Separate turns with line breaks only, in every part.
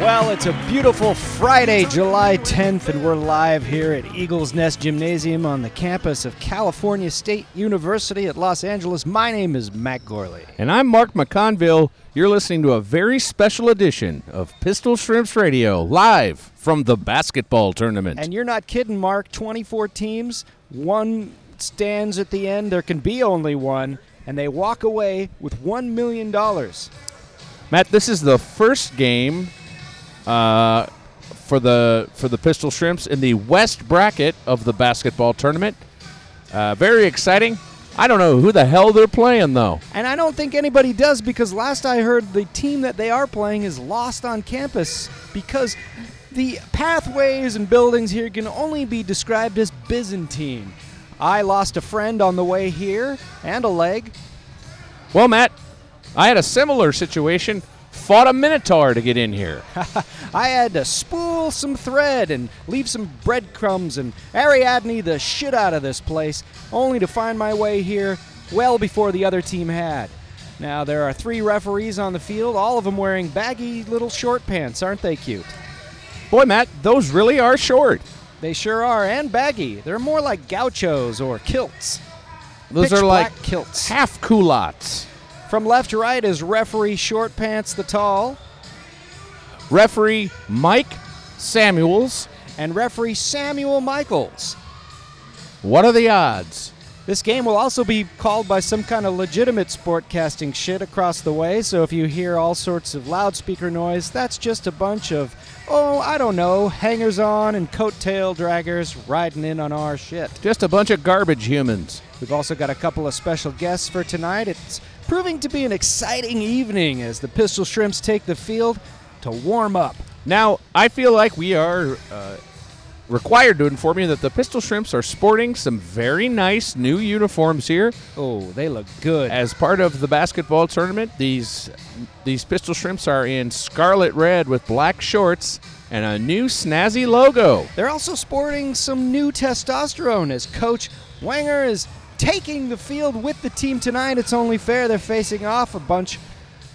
Well, it's a beautiful Friday, July 10th, and we're live here at Eagles Nest Gymnasium on the campus of California State University at Los Angeles. My name is Matt Gorley.
And I'm Mark McConville. You're listening to a very special edition of Pistol Shrimps Radio, live from the basketball tournament.
And you're not kidding, Mark. 24 teams, one stands at the end. There can be only one, and they walk away with $1 million.
Matt, this is the first game uh, for the for the Pistol Shrimps in the West bracket of the basketball tournament. Uh, very exciting. I don't know who the hell they're playing though.
And I don't think anybody does because last I heard, the team that they are playing is lost on campus because the pathways and buildings here can only be described as Byzantine. I lost a friend on the way here and a leg.
Well, Matt, I had a similar situation. Fought a minotaur to get in here.
I had to spool some thread and leave some breadcrumbs and Ariadne the shit out of this place, only to find my way here well before the other team had. Now, there are three referees on the field, all of them wearing baggy little short pants, aren't they cute?
Boy, Matt, those really are short.
They sure are, and baggy. They're more like gauchos or kilts.
Those
Pitch
are like
black kilts.
half culottes.
From left to right is referee Short Pants the Tall
Referee Mike Samuels.
and referee Samuel Michaels.
What are the odds?
This game will also be called by some kind of legitimate sportcasting shit across the way, so if you hear all sorts of loudspeaker noise, that's just a bunch of, oh, I don't know, hangers on and coattail draggers riding in on our shit.
Just a bunch of garbage humans.
We've also got a couple of special guests for tonight. It's proving to be an exciting evening as the Pistol Shrimps take the field to warm up.
Now, I feel like we are uh, required to inform you that the Pistol Shrimps are sporting some very nice new uniforms here
Oh, they look good.
as part of the basketball tournament. These these Pistol Shrimps are in scarlet red with black shorts and a new snazzy logo.
They're also sporting some new testosterone as Coach Wanger is taking the field with the team tonight. It's only fair they're facing off a bunch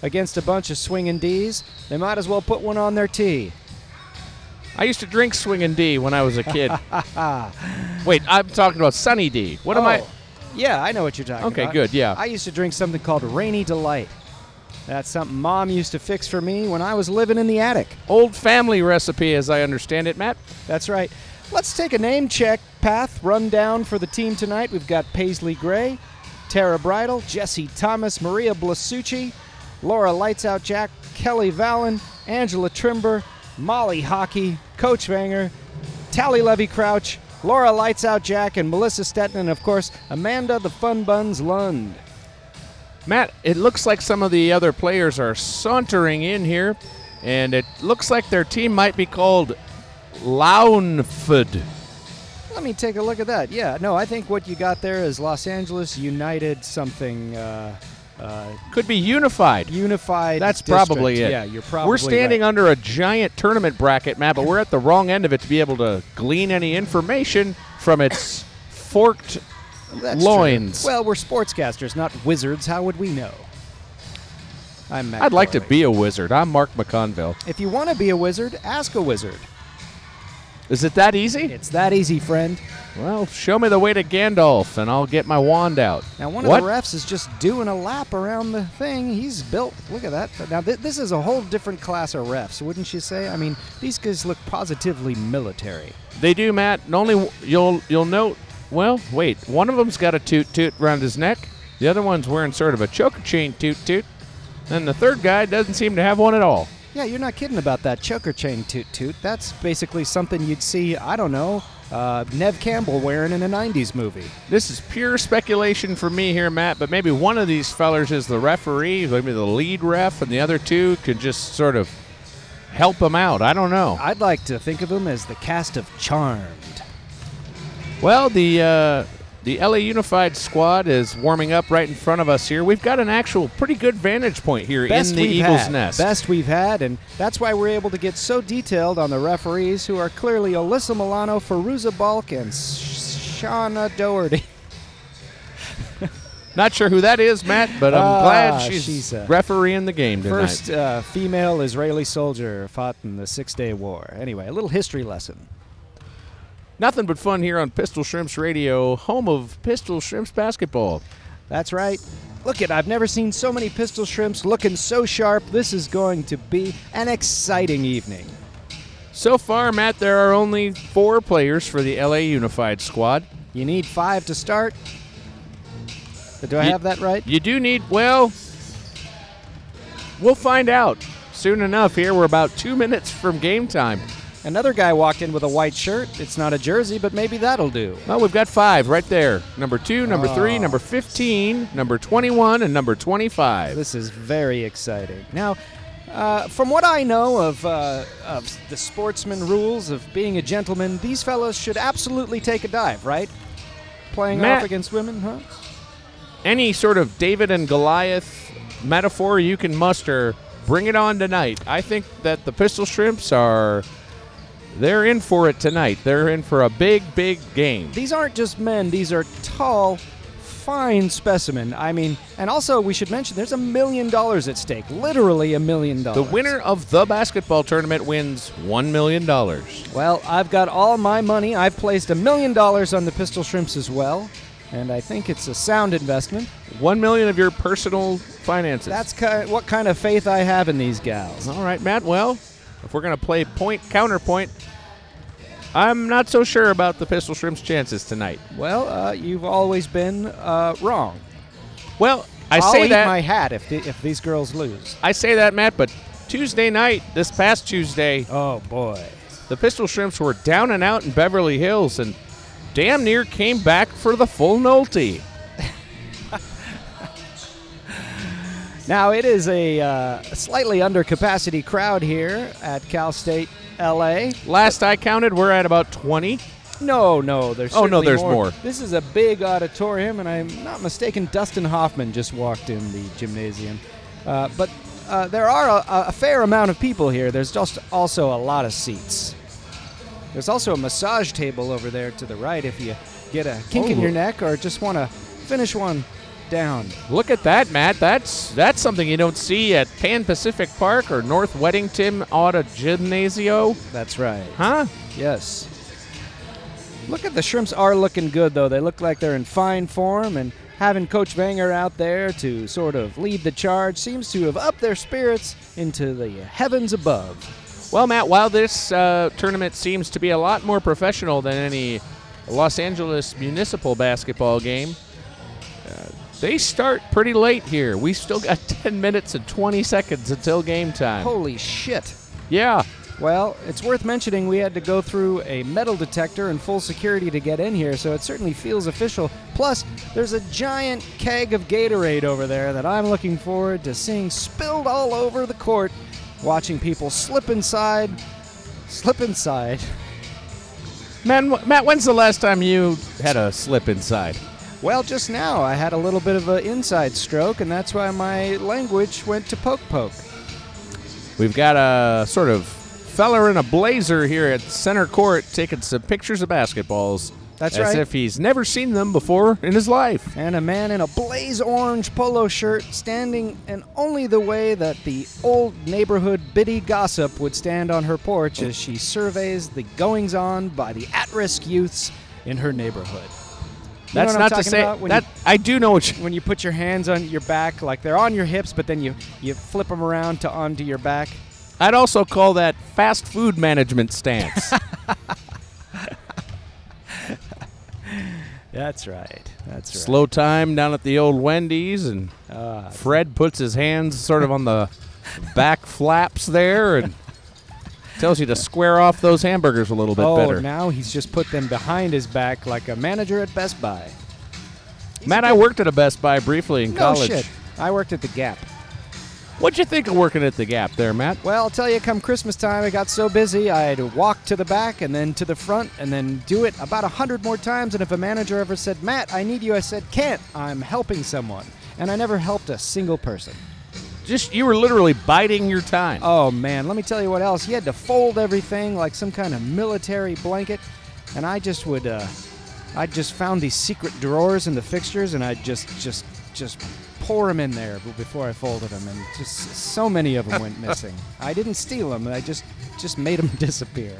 against a bunch of swinging D's. They might as well put one on their tee.
I used to drink Swingin' D when I was a kid. Wait, I'm talking about Sunny D. What am I?
Oh, Yeah, I know what you're talking
Okay,
about.
good, yeah.
I used to drink something called Rainy Delight. That's something mom used to fix for me when I was living in the attic.
Old family recipe, as I understand it, Matt.
That's right. Let's take a name check path rundown for the team tonight. We've got Paisley Gray, Tara Bridle, Jesse Thomas, Maria Blasucci, Laura Lights Out Jack, Kelly Vallon, Angela Trimber, Molly Hockey, Coach Vanger, Tally Levy Crouch, Laura Lights Out Jack, and Melissa Stetton, and of course, Amanda the Fun Buns Lund.
Matt, it looks like some of the other players are sauntering in here, and it looks like their team might be called Launford.
Let me take a look at that. Yeah, no, I think what you got there is Los Angeles United something. Uh, uh,
Could be unified.
unified.
That's
district.
probably it.
Yeah, you're probably.
We're standing
right.
under a giant tournament bracket, Matt, but we're at the wrong end of it to be able to glean any information from its forked.
That's
loins.
true. Well, we're sportscasters, not wizards. How would we know? I'm. Matt
I'd like to
Corley.
be a wizard. I'm Mark McConville.
If you want to be a wizard, ask a wizard.
Is it that easy?
It's that easy, friend.
Well, show me the way to Gandalf, and I'll get my wand out.
Now, one
What?
of the refs is just doing a lap around the thing. He's built. Look at that. Now, th- this is a whole different class of refs, wouldn't you say? I mean, these guys look positively military.
They do, Matt. And only w- you'll you'll note. Well, wait. One of them's got a toot toot round his neck. The other one's wearing sort of a choker chain toot toot. And the third guy doesn't seem to have one at all.
Yeah, you're not kidding about that choker chain toot toot. That's basically something you'd see, I don't know, uh, Nev Campbell wearing in a 90s movie.
This is pure speculation for me here, Matt. But maybe one of these fellers is the referee, maybe the lead ref, and the other two can just sort of help him out. I don't know.
I'd like to think of him as the cast of Charmed.
Well, the uh, the LA Unified squad is warming up right in front of us here. We've got an actual pretty good vantage point here in the
we've
Eagles'
had.
nest.
Best we've had, and that's why we're able to get so detailed on the referees who are clearly Alyssa Milano, Feruza Balk, and Shauna Doherty.
Not sure who that is, Matt, but I'm
Ah,
glad she's,
she's, uh,
refereeing the game tonight.
First uh, female Israeli soldier fought in the Six Day War. Anyway, a little history lesson.
Nothing but fun here on Pistol Shrimps Radio, home of Pistol Shrimps basketball.
That's right. Look it, I've never seen so many pistol shrimps looking so sharp. This is going to be an exciting evening.
So far, Matt, there are only four players for the LA Unified squad.
You need five to start. Do I
Ye-
have that right?
You do need, well, we'll find out soon enough here. We're about two minutes from game time.
Another guy walked in with a white shirt. It's not a jersey, but maybe that'll do.
Well, we've got five right there number two, number three, number 15, number 21, and number 25.
This is very exciting. Now, uh, from what I know of, uh, of the sportsman rules of being a gentleman, these fellows should absolutely take a dive, right? Playing off
Matt-
against women, huh?
Any sort of David and Goliath metaphor you can muster, bring it on tonight. I think that the Pistol Shrimps are. They're in for it tonight. They're in for a big, big game.
These aren't just men, these are tall, fine specimen. I mean, and also we should mention there's a million dollars at stake. Literally a million
The
dollars.
winner of the basketball tournament wins $1 million.
Well, I've got all my money. I've placed a million dollars on the pistol shrimps as well, and I think it's a sound investment.
One million of your personal finances.
That's ki- what kind of faith I have in these gals.
all right, Matt. Well, if we're gonna play point counterpoint, I'm not so sure about the Pistol Shrimp's chances tonight.
Well, uh, you've always been uh, wrong.
Well, I
will
say
eat
that
my hat if, the, if these girls lose.
I say that, Matt, but Tuesday night, this past Tuesday,
Oh boy.
the Pistol Shrimps were down and out in Beverly Hills, and damn near came back for the full nulty.
Now it is a uh, slightly under capacity crowd here at Cal State LA.
Last I counted, we're at about 20.
No, no, there's
Oh, no,
certainly
there's
more.
more.
This is a big auditorium, and I'm not mistaken. Dustin Hoffman just walked in the gymnasium, uh, but uh, there are a, a fair amount of people here. There's just also a lot of seats. There's also a massage table over there to the right if you get a kink in
Oh.
your neck or just want to finish one down.
Look at that, Matt. That's that's something you don't see at Pan Pacific Park or North Weddington Auto Gymnasio,
That's right.
huh?
Yes. Look at the shrimps are looking good though. They look like they're in fine form and having Coach Banger out there to sort of lead the charge seems to have upped their spirits into the heavens above.
Well, Matt, while this uh, tournament seems to be a lot more professional than any Los Angeles municipal basketball game, uh, they start pretty late here. We still got 10 minutes and 20 seconds until game time.
Holy shit.
Yeah,
Well, it's worth mentioning we had to go through a metal detector and full security to get in here, so it certainly feels official. Plus, there's a giant keg of Gatorade over there that I'm looking forward to seeing spilled all over the court, watching people slip inside, slip inside.
man. wh- Matt, when's the last time you had a slip inside?
Well, just now I had a little bit of an inside stroke, and that's why my language went to poke poke.
We've got a sort of fella in a blazer here at center court taking some pictures of basketballs.
That's
as
right.
if he's never seen them before in his life.
and a man in a blaze orange polo shirt standing in only the way that the old neighborhood biddy gossip would stand on her porch as she surveys the goings on by the at risk youths in her neighborhood. You know
That's
what I'm
not to
talking
say
about? when
that I do know what you,
you, when you put your hands on your back, like they're on your hips, but then you, you flip them around to onto your back.
I'd also call that fast food management stance.
That's right. That's right.
Slow time down at the old Wendy's and
Ah.
Fred puts his hands sort of on the back flaps there and tells you to square off those hamburgers a little bit
oh,
better.
now he's just put them behind his back like a manager at Best Buy.
Matt, I worked at a Best Buy briefly in
No
college.
shit. I worked at the Gap.
What'd you think of working at the Gap there, Matt?
Well, I'll tell you, come Christmas time, I got so busy, I'd walk to the back and then to the front and then do it about a hundred more times. And if a manager ever said, Matt, I need you, I said, can't. I'm helping someone. And I never helped a single person.
Just you were literally biding your time.
Oh, man, let me tell you what else. You had to fold everything like some kind of military blanket. And I just would, uh, I just found these secret drawers in the fixtures and I'd just, just just pour them in there b- before I folded them, and just so many of them went missing. I didn't steal them; I just just made them disappear.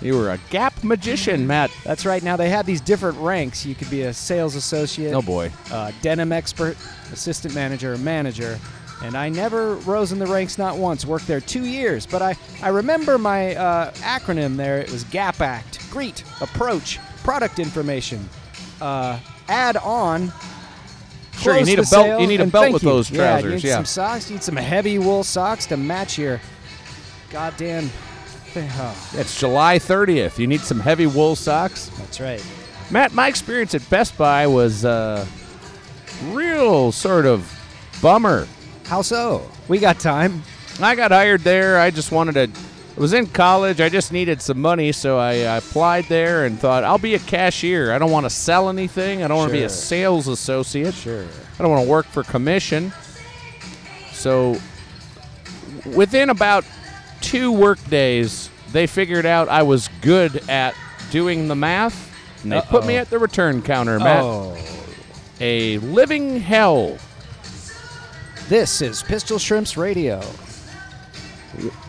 You were a gap magician, Matt.
That's right. Now they had these different ranks. You could be a sales associate,
Oh boy.
uh, denim expert, assistant manager, and manager. And I never rose in the ranks, not once. Worked there two years, but I, I remember my uh, acronym there. It was GAP Act, greet, approach, product information, uh, add on.
Sure, you
close
need
the
a belt-
sale,
you need a
and
belt
thank
with
you.
those
Yeah, you
trousers,
need
yeah.
some socks. You need some heavy wool socks to match your goddamn. Thing. Oh,
It's July 30th. You need some heavy wool socks.
that's right.
Matt, my experience at Best Buy was uh, real sort of bummer.
How so? We got time.
I got hired there. I just wanted to. I was in college. I just needed some money, so I, I applied there and thought I'll be a cashier. I don't want to sell anything. I don't want to be a
Sure.
sales associate.
Sure.
I don't want to work for commission. So, within about two work days, they figured out I was good at doing the math, and they put me
Uh-oh.
at the return counter, Matt.
Oh.
A living hell.
This is Pistol Shrimps Radio.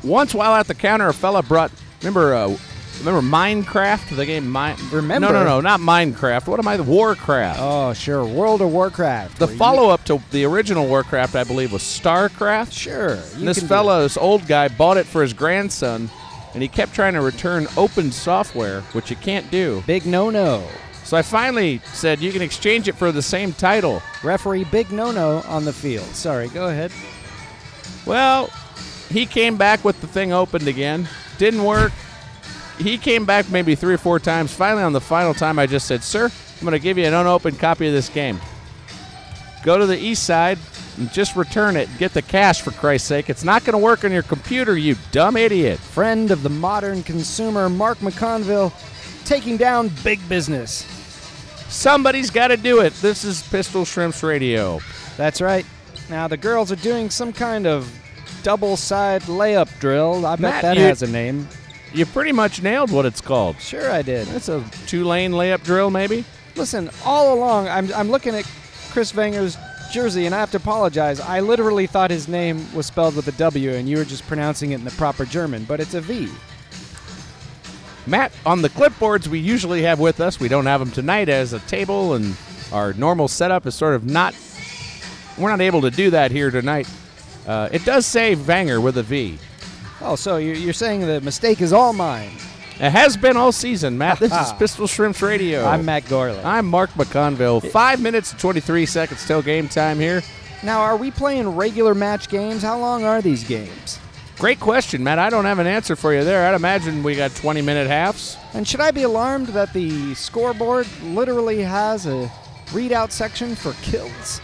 Once while at the counter, a fella brought. Remember, uh, remember Minecraft, the game. Mine.
Remember?
No, no, no, not Minecraft. What am I? Warcraft.
Oh, sure. World of Warcraft.
the
where you-
follow-up to the original Warcraft, I believe, was StarCraft.
Sure. you
And this
can do
fella, this old guy, bought it for his grandson, and he kept trying to return open software, which you can't do.
it. Big no no.
So I finally said, "You can exchange it for the same title."
Referee Big No No on the field. Sorry, go ahead.
Well, he came back with the thing opened again. Didn't work. he came back maybe three or four times. Finally, on the final time, I just said, Sir, I'm going to give you an unopened copy of this game. Go to the east side and just return it and get the cash, for Christ's sake. It's not going to work on your computer, you dumb idiot.
Friend of the modern consumer, Mark McConville, taking down big business.
Somebody's got to do it. This is Pistol Shrimps Radio.
That's right. Now, the girls are doing some kind of double side layup drill. I bet
Matt,
that
you-
has a name.
You pretty much nailed what it's called.
Sure, I did.
That's a two lane layup drill, maybe?
Listen, all along, I'm, I'm looking at Chris Vanger's jersey, and I have to apologize. I literally thought his name was spelled with a W, and you were just pronouncing it in the proper German, but it's a V.
Matt, on the clipboards we usually have with us, we don't have them tonight as a table, and our normal setup is sort of not. We're not able to do that here tonight. Uh, it does say Vanger with a V.
Oh, so you're, you're saying the mistake is all mine.
It has been all season, Matt. This is Pistol Shrimps Radio.
I'm Matt Gorley.
I'm Mark McConville. Five minutes and 23 seconds till game time here.
now, are we playing regular match games? How long are these games?
Great question, Matt. I don't have an answer for you there. I'd imagine we got 20 minute halves.
And should I be alarmed that the scoreboard literally has a readout section for kills?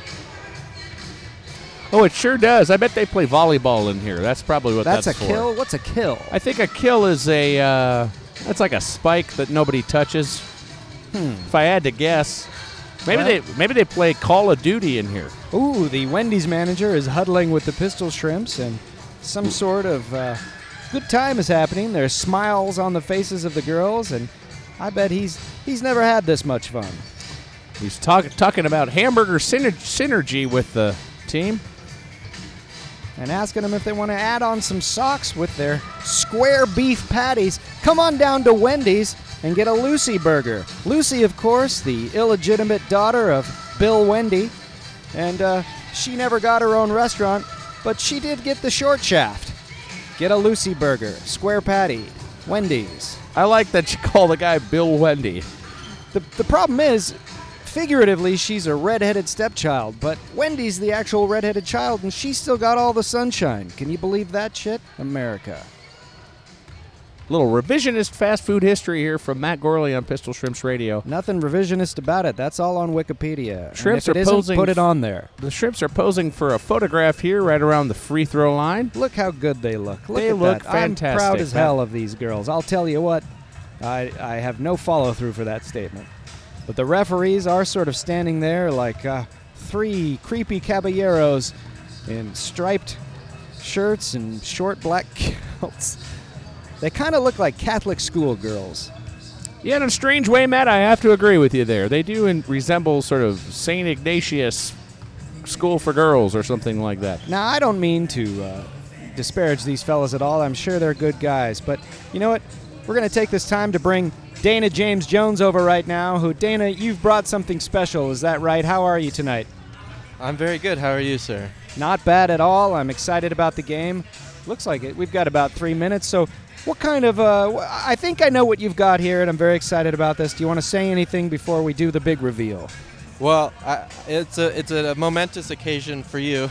Oh, it sure does. I bet they play volleyball in here. That's probably what that's,
That's, a
for.
kill? What's a kill?
I think a kill is a uh, that's like a spike that nobody touches. If I had to guess, maybe
Well-
they maybe they play Call of Duty in here.
Ooh, the Wendy's manager is huddling with the pistol shrimps, and some sort of uh, good time is happening. There's smiles on the faces of the girls, and I bet he's he's never had this much fun.
He's talk, talking about hamburger syner- synergy with the team.
And asking them if they want to add on some socks with their square beef patties. Come on down to Wendy's and get a Lucy burger. Lucy, of course, the illegitimate daughter of Bill Wendy, and uh, she never got her own restaurant, but she did get the short shaft. Get a Lucy burger, square patty, Wendy's.
I like that you call the guy Bill Wendy.
The, the problem is, figuratively, she's a redheaded stepchild, but Wendy's the actual redheaded child, and she still got all the sunshine. Can you believe that shit? America.
Little revisionist fast food history here from Matt Gorley on Pistol Shrimps Radio.
Nothing revisionist about it. That's all on Wikipedia. And
Shrimps
if it
are
isn't,
posing
Put
f-
it on there.
The shrimps are posing for a photograph here, right around the free throw line.
Look how good they look. Look
They
at
look
that. I'm proud
fantastic,
as
man.
hell of these girls. I'll tell you what, I, I have no follow through for that statement. But the referees are sort of standing there like uh, three creepy caballeros in striped shirts and short black kilts. They kind of look like Catholic schoolgirls.
Yeah, in a strange way, Matt, I have to agree with you there. They do in, resemble sort of St. Ignatius school for girls or something like that.
Now, I don't mean to uh, disparage these fellas at all. I'm sure they're good guys. But you know what? We're going to take this time to bring Dana James Jones over right now. Who, Dana, you've brought something special. Is that right? How are you tonight?
I'm very good. How are you, sir?
Not bad at all. I'm excited about the game. Looks like it. We've got about three minutes. So, what kind of. Uh, wh- I think I know what you've got here, and I'm very excited about this. Do you want to say anything before we do the big reveal?
Well, I, it's a it's a momentous occasion for you,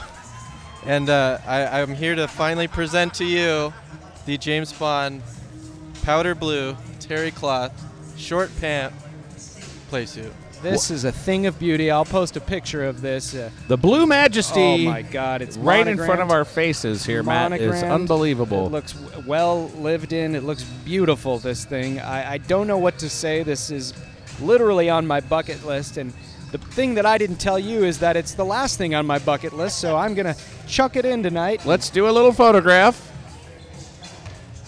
and uh, I, I'm here to finally present to you the James Bond powder blue terry cloth short pant playsuit.
This is a thing of beauty. I'll post a picture of this. Uh,
The Blue Majesty.
oh my God! It's
Right in front
monogrammed.
of our faces here, Matt, is
monogrammed.
unbelievable.
It looks w- well lived in. It looks beautiful. This thing. I, I don't know what to say. This is literally on my bucket list. And the thing that I didn't tell you is that it's the last thing on my bucket list. So I'm gonna chuck it in tonight.
Let's do a little photograph.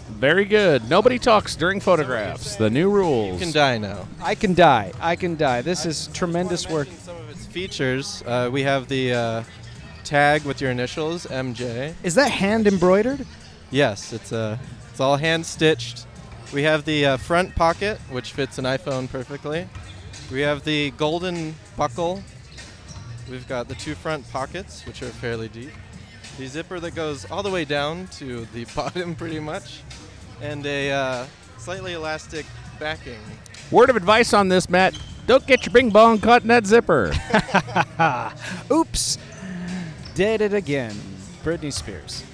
Very good. Nobody talks during photographs. The new
You
rules.
can die now.
I can die. I can die. This is tremendous
Wanna
work.
mention Some of its features. Uh, we have the uh, tag with your initials MJ.
Is that hand embroidered?
Yes, it's uh, it's all hand stitched. We have the uh, front pocket, which fits an iPhone perfectly. We have the golden buckle. We've got the two front pockets, which are fairly deep. The zipper that goes all the way down to the bottom, pretty much, and a uh, slightly elastic backing.
Word of advice on this, Matt. Don't get your bing bong caught in that zipper.
Oops. Did it again. Britney Spears.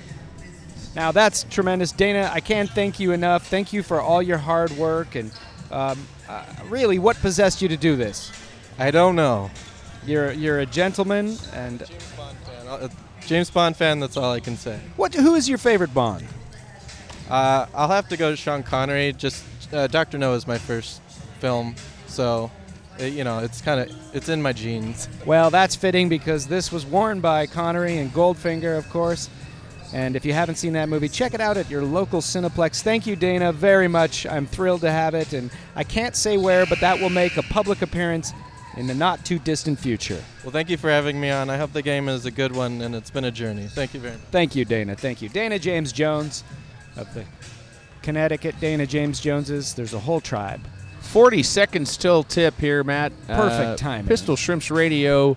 Now that's tremendous. Dana, I can't thank you enough. Thank you for all your hard work and um, uh, really what possessed you to do this?
I don't know.
You're, you're a gentleman and
James Bond fan. uh, James Bond fan. That's all I can say.
what who is your favorite Bond?
Uh, I'll have to go to Sean Connery. Just uh, Doctor No is my first film, so uh you know it's kind of it's in my genes.
Well, that's fitting because this was worn by Connery and Goldfinger, of course. And if you haven't seen that movie, check it out at your local Cineplex. Thank you, Dana, very much. I'm thrilled to have it. And I can't say where, but that will make a public appearance in the not too distant future.
Well, thank you for having me on. I hope the game is a good one and it's been a journey. Thank you very much.
Thank you, Dana. Thank you. Dana James Jones of the Connecticut Dana James Joneses. There's a whole tribe.
40 seconds till tip here, Matt. Uh,
Perfect timing.
Pistol Shrimps Radio.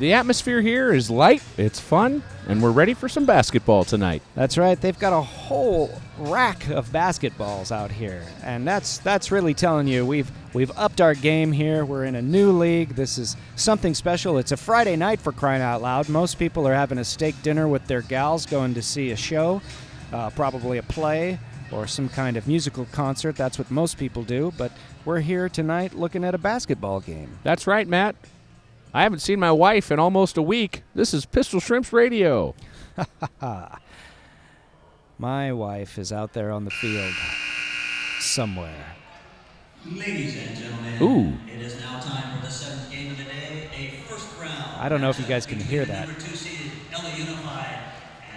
The atmosphere here is light, it's fun, and we're ready for some basketball tonight.
That's right. They've got a whole rack of basketballs out here, and that's that's really telling you we've we've upped our game here. We're in a new league. This is something special. It's a Friday night for crying out loud. Most people are having a steak dinner with their gals, going to see a show, uh, probably a play or some kind of musical concert. That's what most people do. But we're here tonight looking at a basketball game.
That's right, Matt. I haven't seen my wife in almost a week. This is Pistol Shrimps Radio.
My wife is out there on the field somewhere.
Ladies and gentlemen,
Ooh.
it is now time for the seventh game of the day, a first round.
I don't know if you guys can hear that.
Number two seed LA Unified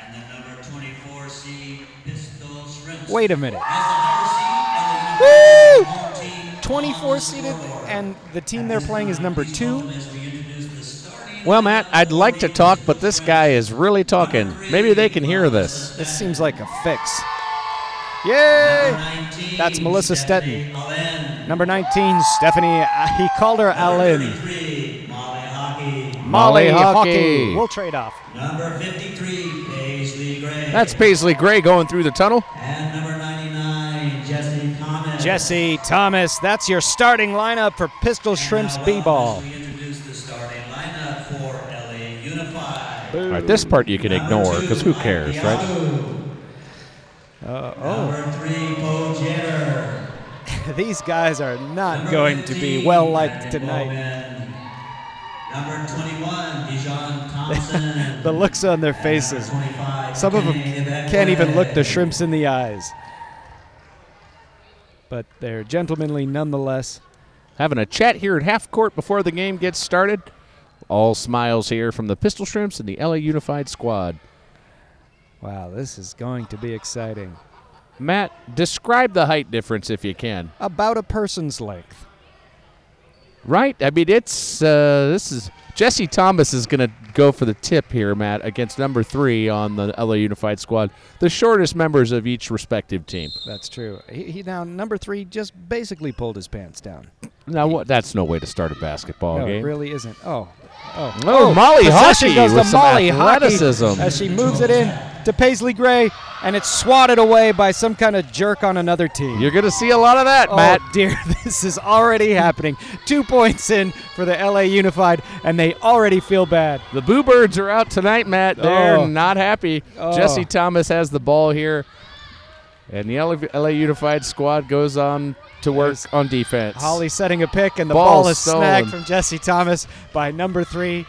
and the number 24 seed Pistol Shrimps.
Wait a minute.
As the higher seed, LA
Woo!
Unified home team
24 seeded, and the team they're playing is number two.
as we introduce the starting.
Well, Matt, I'd like to talk, but this guy is really talking. Maybe they can hear this.
This seems like a fix. Yay!
19,
That's Melissa
Stephanie Allen.
Number 19, Stephanie. uh, He called her Allen.
33, Molly Hockey.
Molly Hockey.
We'll trade off.
Number 53, Paisley Gray.
That's Paisley Gray going through the tunnel.
And number 99, Jesse Thomas.
Jesse Thomas, that's your starting lineup for Pistol Shrimps B ball.
We introduce the starting lineup for LA Unified.
All right, this part you can ignore because who cares, right?
Number three, Bo Jenner.
These guys are not going to be well liked tonight.
Number 21, Dijon Thompson.
The looks on their faces.
25,
Some of them
Kenny
can't even look the
Beckwith.
shrimps in the eyes. But they're gentlemanly nonetheless.
having a chat here at half court before the game gets started. All smiles here from the Pistol Shrimps and the LA Unified squad.
Wow, this is going to be exciting.
Matt, describe the height difference if you can.
About a person's length.
Right? I mean, it's uh, this is Jesse Thomas is going to go for the tip here, Matt, against number three on the LA Unified squad, the shortest members of each respective team.
That's true. He, he now number three just basically pulled his pants down.
Now, what? That's no way to start a basketball
No, it
game.
really isn't. Oh, oh.
Oh, Molly
Possession
Hockey
goes to
with some
Molly Hockey
athleticism.
as she moves it in to Paisley Gray, and it's swatted away by some kind of jerk on another team.
You're going to see a lot of that,
Oh
Matt.
dear, this is already happening. Two points in for the LA Unified, and they already feel bad.
The Boo Birds are out tonight, Matt. They're
Oh.
not happy.
Oh.
Jesse Thomas has the ball here, and the LA, LA Unified squad goes on to work
There's
on defense.
Holly setting a pick, and the
Ball
ball, is
stolen.
snagged from Jesse Thomas by number three.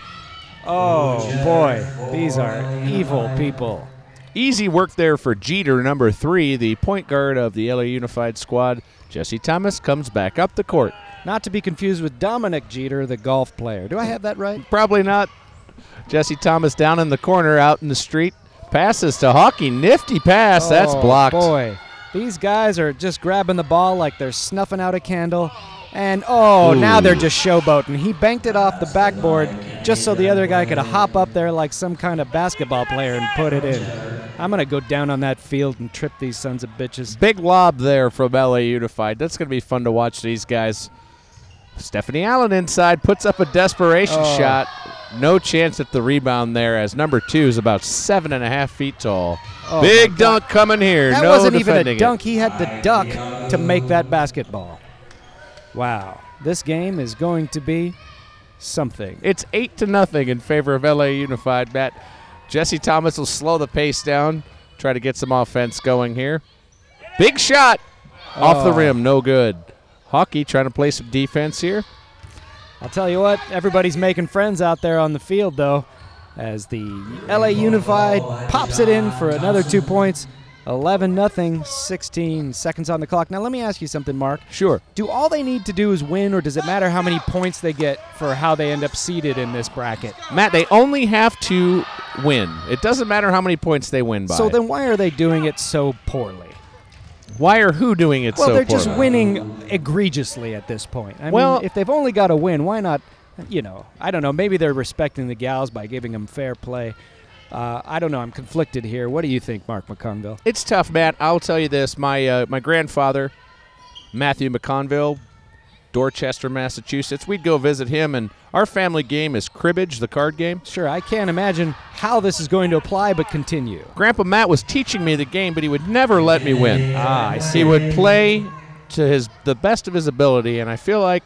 Oh boy, these are evil people.
Easy work there for Jeter, number three, the point guard of the LA Unified squad. Jesse Thomas comes back up the court.
Not to be confused with Dominic Jeter, the golf player. Do I have that right?
Probably not. Jesse Thomas down in the corner, out in the street. Passes to Hockey. Nifty pass. That's
Oh,
blocked.
Boy, these guys are just grabbing the ball like they're snuffing out a candle. And oh, now they're just showboating. He banked it off the backboard just so the other guy could hop up there like some kind of basketball player and put it in. I'm going to go down on that field and trip these sons of bitches.
Big lob there from LA Unified. That's going to be fun to watch these guys. Stephanie Allen inside puts up a desperation
Oh.
shot. No chance at the rebound there as number two is about seven and a half feet tall.
Oh,
Big
my God.
dunk coming here.
That
no
wasn't even
defending
a
it.
dunk. He had the duck to make that basketball. Wow. This game is going to be something.
It's eight to nothing in favor of LA Unified. Matt Jesse Thomas will slow the pace down, try to get some offense going here. Big shot off the
Oh.
rim, no good. Hockey trying to play some defense here.
I'll tell you what, everybody's making friends out there on the field, though, as the LA Unified pops it in for another two points. 11 nothing, 16 seconds on the clock. Now, let me ask you something, Mark.
Sure.
Do all they need to do is win, or does it matter how many points they get for how they end up seeded in this bracket?
Matt, they only have to win. It doesn't matter how many points they win by.
So then why are they doing it so poorly?
why are who doing it
Well,
so
they're just
poorly?
winning egregiously at this point. I
Well-
mean, if they've only got a win, why not? You know, I don't know. Maybe they're respecting the gals by giving them fair play. Uh, I don't know. I'm conflicted here. What do you think, Mark McConville?
It's tough, Matt. I'll tell you this: my uh, my grandfather, Matthew McConville, Dorchester, Massachusetts. We'd go visit him, and our family game is cribbage, the card game.
Sure, I can't imagine how this is going to apply, but continue.
Grandpa Matt was teaching me the game, but he would never let me win.
Ah, I see.
He would play to his the best of his ability, and I feel like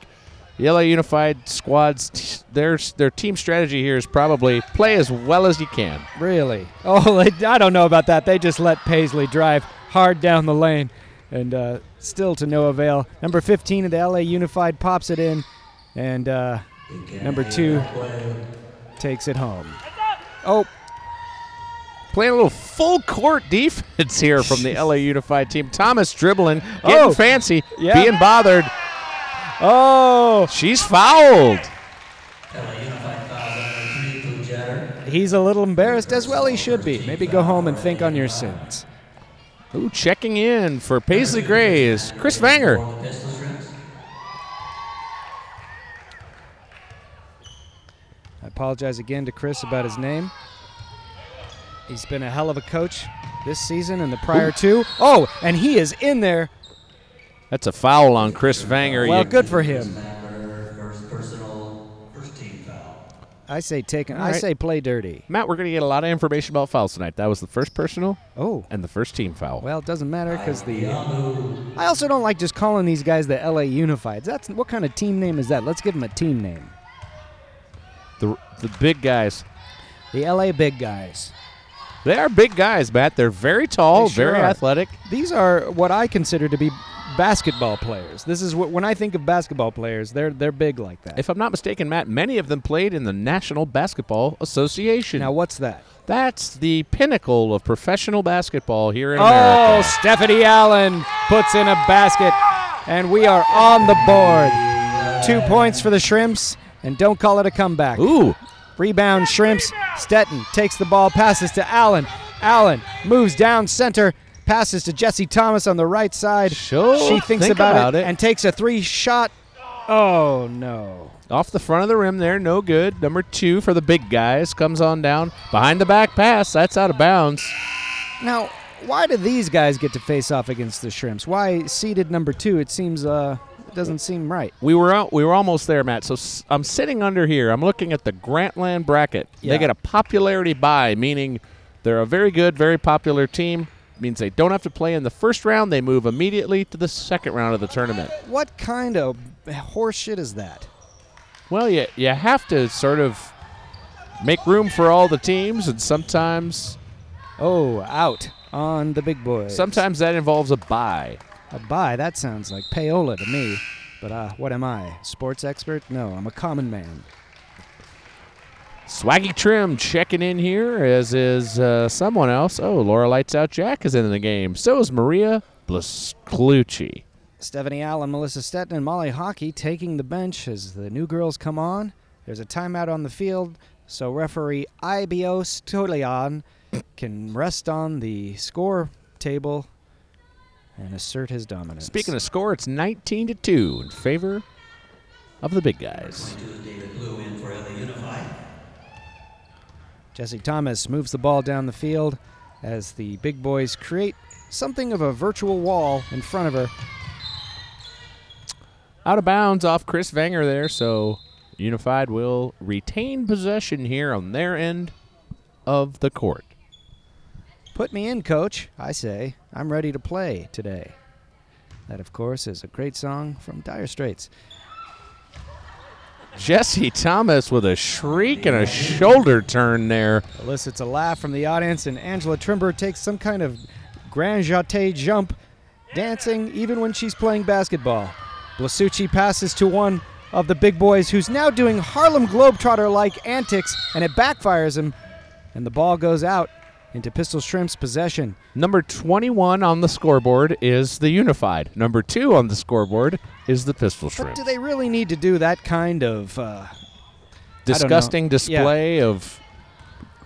the LA Unified squads t- their their team strategy here is probably play as well as you can.
Really? Oh, they- I don't know about that. They just let Paisley drive hard down the lane, and uh, still to no avail. Number 15 of the LA Unified pops it in, and uh, number two takes it home. Oh,
Playing a little full court defense here from the LA Unified team. Thomas dribbling, getting
Oh.
fancy,
Yeah.
being bothered.
oh!
She's fouled.
He's a little embarrassed as well. He should be. Maybe go home and think on your sins.
Ooh, checking in for Paisley Gray is Chris Vanger.
I apologize again to Chris about his name. He's been a hell of a coach this season and the prior two. Oh, and he is in there.
That's a foul on Chris Vanger.
Well,
You-
good for him.
First personal, first team foul.
I say taken.
All
I
right.
say play dirty.
Matt, we're going to get a lot of information about fouls tonight. That was the first personal
Oh.
and the first team foul.
Well, it doesn't matter because the. I also don't like just calling these guys the LA Unifieds. That's what kind of team name is that? Let's give them a team name.
the, the big guys,
The LA Big Guys.
they are big guys, Matt. They're very tall,
They sure
very
are.
athletic.
These are what I consider to be basketball players. This is what when I think of basketball players, they're they're big like that.
If I'm not mistaken, Matt, many of them played in the National Basketball Association.
now what's that?
That's the pinnacle of professional basketball here in
Oh,
America.
Stephanie Allen puts in a basket, and we are on the board. Two points for the Shrimps, and don't call it a comeback.
Ooh,
Rebound, Shrimps. Stetton takes the ball, passes to Allen. Allen moves down center, passes to Jesse Thomas on the right side.
Sure,
she thinks
think
about,
about
it,
it.
and takes a three shot. Oh no.
Off the front of the rim there, no good. Number two for the big guys comes on down. Behind the back pass, that's out of bounds.
Now, why do these guys get to face off against the shrimps? Why seeded number two? It seems uh it doesn't seem right.
We were out, we were almost there, Matt. So s- I'm sitting under here. I'm looking at the Grantland bracket.
Yeah.
They get a popularity buy, meaning they're a very good, very popular team. Means they don't have to play in the first round. They move immediately to the second round of the tournament.
What kind of horseshit is that?
Well, you, you have to sort of make room for all the teams, and sometimes
Oh, out on the big boys.
sometimes that involves a buy.
a buy. That sounds like payola to me. But uh, what am I? Sports expert? No, I'm a common man.
Swaggy Trim checking in here, as is uh, someone else. Oh, Laura Lights Out Jack is in the game. So is Maria Blasclucci.
Stephanie Allen, Melissa Stetton, and Molly Hockey taking the bench as the new girls come on. There's a timeout on the field, so referee Ibios Tolian can rest on the score table and assert his dominance.
Speaking of score, it's 19 to 2 in favor of the big guys.
Two is David Blue in for LA Unified.
Jesse Thomas moves the ball down the field as the big boys create something of a virtual wall in front of her.
Out of bounds off Chris Vanger there, so Unified will retain possession here on their end of the court.
Put me in, coach, I say. I'm ready to play today. That, of course, is a great song from Dire Straits.
Jesse Thomas with a shriek and a shoulder turn there.
elicits a laugh from the audience, and Angela Trimber takes some kind of grand jeté jump, dancing even when she's playing basketball. Blasucci passes to one of the big boys who's now doing Harlem Globetrotter like antics, and it backfires him, and the ball goes out into Pistol Shrimp's possession.
Number 21 on the scoreboard is the Unified. Number 2 on the scoreboard is the Pistol
But
Shrimp.
do they really need to do that kind of. Uh, know.
Disgusting
Yeah.
display of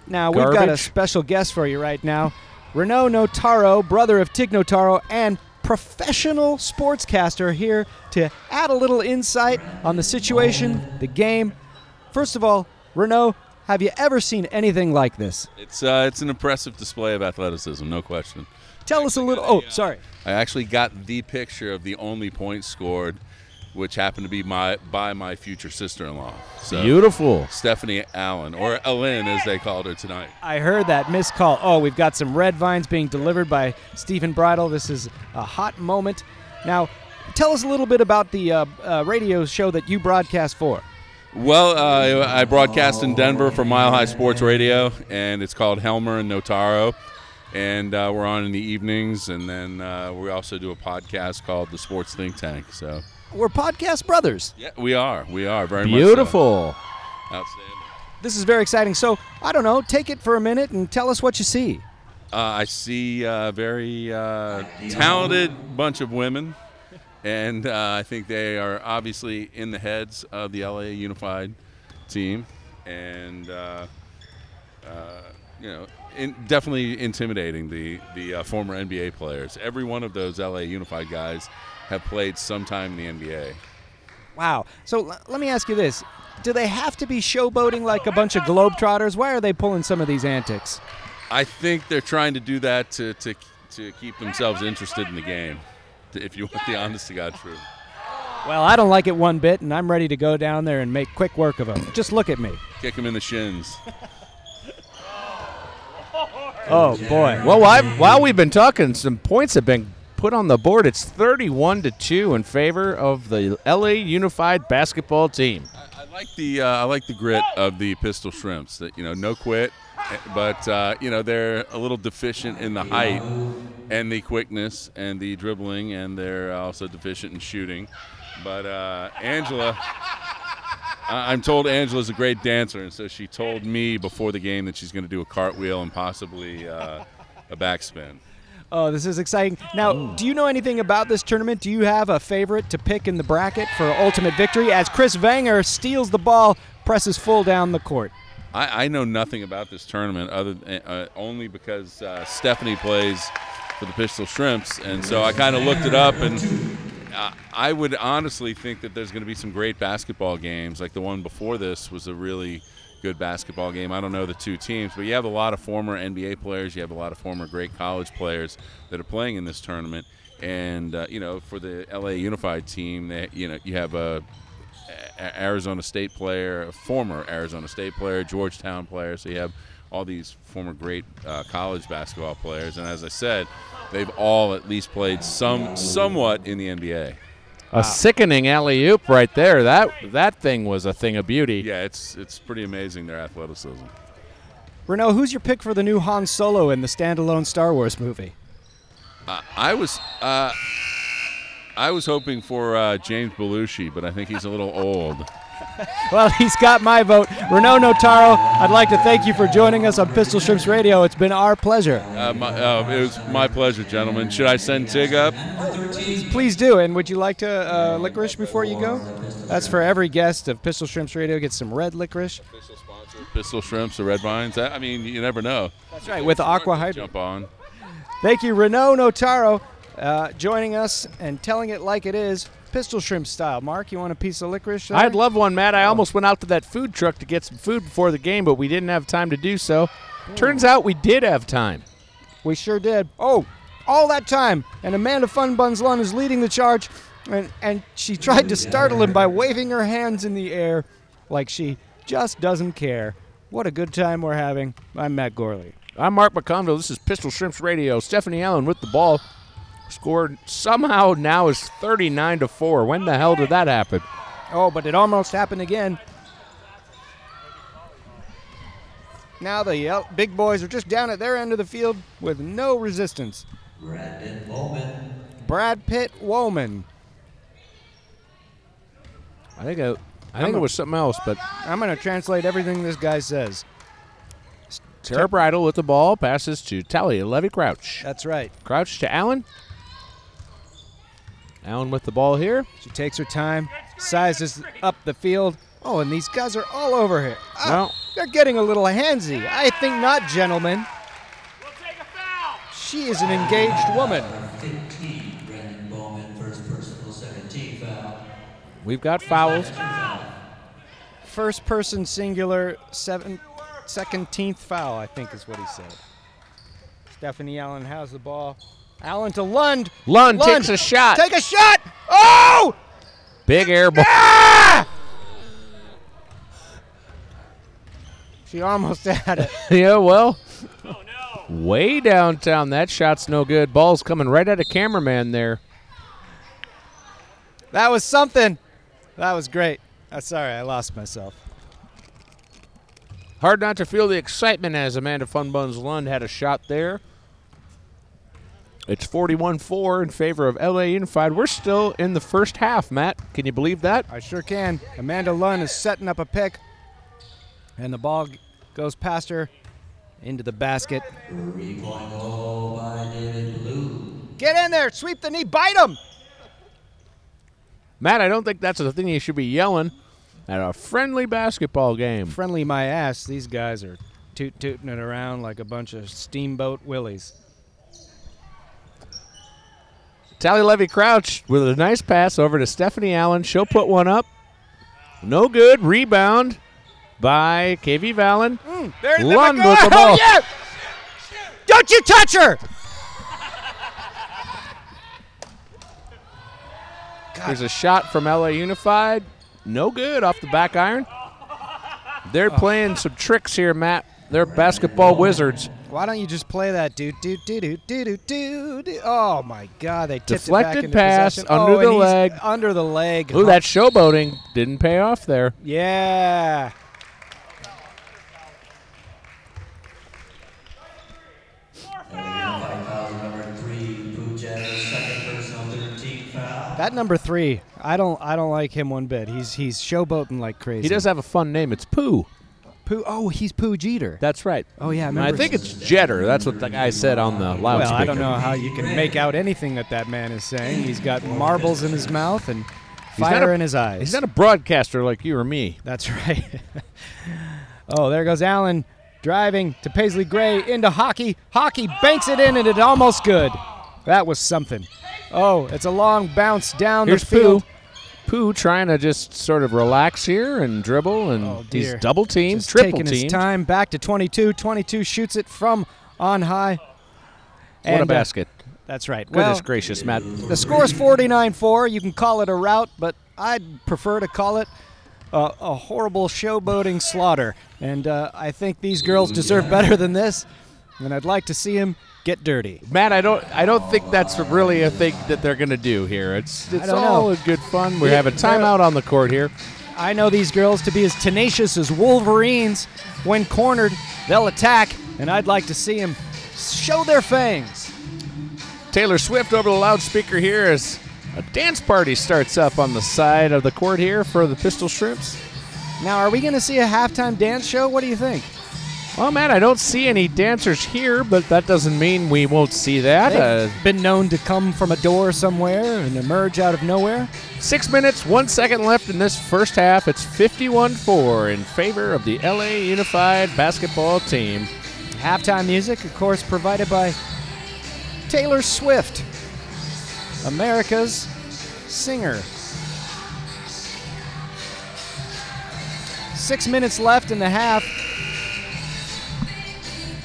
Now we've got a
Garbage.
special guest for you right now, Renault Notaro, brother of Tig Notaro, and professional sportscaster here to add a little insight on the situation, the game. First of all, Renault, have you ever seen anything like this?
It's uh, it's an impressive display of athleticism, no question.
Tell us a little. Oh, sorry.
I actually got the picture of the only point scored, which happened to be my by my future sister-in-law, so
beautiful.
Stephanie Allen or Ellen as they called her tonight.
I heard that missed call. Oh, we've got some red vines being delivered by Stephen Bridle. This is a hot moment. Now, tell us a little bit about the uh, uh, radio show that you broadcast for.
Well, uh, I broadcast in Denver for Mile High Sports Radio, and it's called Helmer and Notaro. And uh, we're on in the evenings, and then uh, we also do a podcast called The Sports Think Tank. So,
We're podcast brothers.
yeah, we are. We are very
Beautiful.
much so. Outstanding.
This is very exciting. So, I don't know, take it for a minute and tell us what you see.
Uh, I see a very uh, talented bunch of women, and uh, I think they are obviously in the heads of the LA Unified team, and uh, uh, you know, in, definitely intimidating the the uh, former NBA players. Every one of those LA Unified guys have played sometime in the NBA.
Wow. So, l- let me ask you this. Do they have to be showboating like a bunch of globetrotters? Why are they pulling some of these antics?
I think they're trying to do that to to, to keep themselves interested in the game. If you want the honest to God truth.
Well, I don't like it one bit, and I'm ready to go down there and make quick work of them. Just look at me.
kick them in the shins.
Oh, boy.
Well, while, while we've been talking, some points have been put on the board. It's 31 to 2 in favor of the LA Unified basketball team.
I like the uh, I like the grit of the pistol shrimps. That you know, no quit, eh, but uh, you know they're a little deficient in the height and the quickness and the dribbling, and they're also deficient in shooting. But uh, Angela, I- I'm told Angela's a great dancer, and so she told me before the game that she's going to do a cartwheel and possibly uh, a backspin.
Oh, this is exciting. Now, do you know anything about this tournament? Do you have a favorite to pick in the bracket for ultimate victory as Chris Vanger steals the ball, presses full down the court?
I, I know nothing about this tournament other than, uh, only because uh, Stephanie plays for the Pistol Shrimps, and so I kind of looked it up, and I, I would honestly think that there's going to be some great basketball games. Like the one before this was a really good basketball game. I don't know the two teams, but you have a lot of former NBA players. You have a lot of former great college players that are playing in this tournament. And uh, you know, for the LA Unified team, that you know, you have a a- Arizona State player, a former Arizona State player, Georgetown player. So you have all these former great uh, college basketball players, and as I said, they've all at least played some somewhat in the NBA.
A sickening alley oop right there. That that thing was a thing of beauty.
Yeah, it's it's pretty amazing their athleticism.
Renault, who's your pick for the new Han Solo in the standalone Star Wars movie?
I, I was uh, I was hoping for uh, James Belushi, but I think he's a little old.
Well, he's got my vote. Renault Notaro, I'd like to thank you for joining us on Pistol Shrimps Radio. It's been our pleasure.
Uh, my, uh, it was my pleasure, gentlemen. Should I send Tig up?
Please do. And would you like to uh, licorice before you go? That's for every guest of Pistol Shrimps Radio. Get some red licorice.
Pistol shrimps or red vines? I I mean, you never know.
That's right, with aqua hydrate.
Jump on.
Thank you, Renault Notaro, uh, joining us and telling it like it is, pistol shrimp style. Mark, you want a piece of licorice? uh,
I'd love one, Matt. I almost went out to that food truck to get some food before the game, but we didn't have time to do so. Turns out we did have time.
We sure did. Oh, all that time. And Amanda Fun Buns Lund is leading the charge, and, and she tried to startle him by waving her hands in the air like she just doesn't care. What a good time we're having. I'm Matt Gorley.
I'm Mark McConville. This is Pistol Shrimps Radio. Stephanie Allen with the ball. Scored somehow now is 39 to 4. When the hell did that happen?
Oh, but it almost happened again. Now the yel- big boys are just down at their end of the field with no resistance.
Brandon Bowman.
Brad Pitt Woman.
I think I, I think it was something else, but
I'm going to translate everything this guy says.
Tara Bridle with the ball passes to Tally Levy Crouch.
That's right.
Crouch to Allen. Allen with the ball here.
She takes her time, sizes up the field. Oh, and these guys are all over here. Ah,
No.
They're getting a little handsy. I think not, gentlemen.
We'll take a foul.
She is an engaged woman.
15, Brandon Bowman, first personal 17 foul.
We've got fouls.
First person singular, seven, secondteenth foul, I think is what he said. Stephanie Allen has the ball. Allen to Lund.
Lund takes a shot.
Take a shot. Oh!
Big air ball.
Ah! She almost had it.
yeah, well,
Oh no.
way downtown. That shot's no good. Ball's coming right at a cameraman there.
That was something. That was great. I'm sorry, I lost myself.
Hard not to feel the excitement as Amanda Funbuns Lund had a shot there. It's 41 4 in favor of LA Unified. We're still in the first half, Matt. Can you believe that?
I sure can. Amanda Lund is setting up a pick, and the ball g- goes past her into the basket.
3.0 by David Blue.
Get in there, sweep the knee, bite him.
Matt, I don't think that's the thing you should be yelling at a friendly basketball game.
Friendly my ass. These guys are toot tooting it around like a bunch of steamboat willies.
Tally Levy Crouch with a nice pass over to Stephanie Allen. She'll put one up. No good. Rebound by KV Valen.
Mm, There, Oh,
Lund with the ball.
Don't you touch her!
There's a shot from LA Unified. No good off the back iron. They're
Oh.
playing some tricks here, Matt. They're basketball wizards.
Why don't you just play that? Do do do do do do do. do. Oh my God! They tipped it back
Deflected
into
pass
possession.
under
oh, and
the
he's
leg.
Under the leg.
Ooh, that showboating didn't pay off there.
Yeah.
Unified foul number three, Pujan, second personal 13 foul.
That number three, I don't, I don't like him one bit. He's he's showboating like crazy.
He does have a fun name. It's Pooh.
Poo. Oh, he's Poo Jeter.
That's right.
Oh, yeah, I
And I
remember-
think it's Jetter. That's what the guy said on the
well,
loudspeaker.
I don't know how you can make out anything that that man is saying. He's got marbles in his mouth and
He's not
fire
a-
in his eyes.
He's not a broadcaster like you or me.
That's right. oh, there goes Allen driving to Paisley Gray into hockey. Hockey banks it in, and it almost good. That was something. Oh, it's a long bounce down
Here's
the field.
Pooh. Pooh trying to just sort of relax here and dribble, and
Oh,
he's
dear.
double teamed,
Just
triple
taking
teamed.
his time back to 22. 22 shoots it from on high.
What
And,
a
uh,
basket!
that's right.
Goodness
well,
gracious, Matt.
The score's 49 4. You can call it a rout, but I'd prefer to call it a, a horrible showboating slaughter. And uh, I think these girls deserve better than this. And I'd like to see him get dirty.
Matt, I don't, I don't think that's really a thing that they're gonna do here. It's, it's
don't
all
know.
in good fun. We have a timeout on the court here.
I know these girls to be as tenacious as wolverines. When cornered, they'll attack, and I'd like to see them show their fangs.
Taylor Swift over the loudspeaker here as a dance party starts up on the side of the court here for the Pistol Shrimps.
Now, are we going to see a halftime dance show? What do you think?
Well, Matt, I don't see any dancers here, but that doesn't mean we won't see that. Uh,
They've been known to come from a door somewhere and emerge out of nowhere.
Six minutes, one second left in this first half. It's 51 4 in favor of the LA Unified basketball team.
Halftime music, of course, provided by Taylor Swift, America's singer. Six minutes left in the half.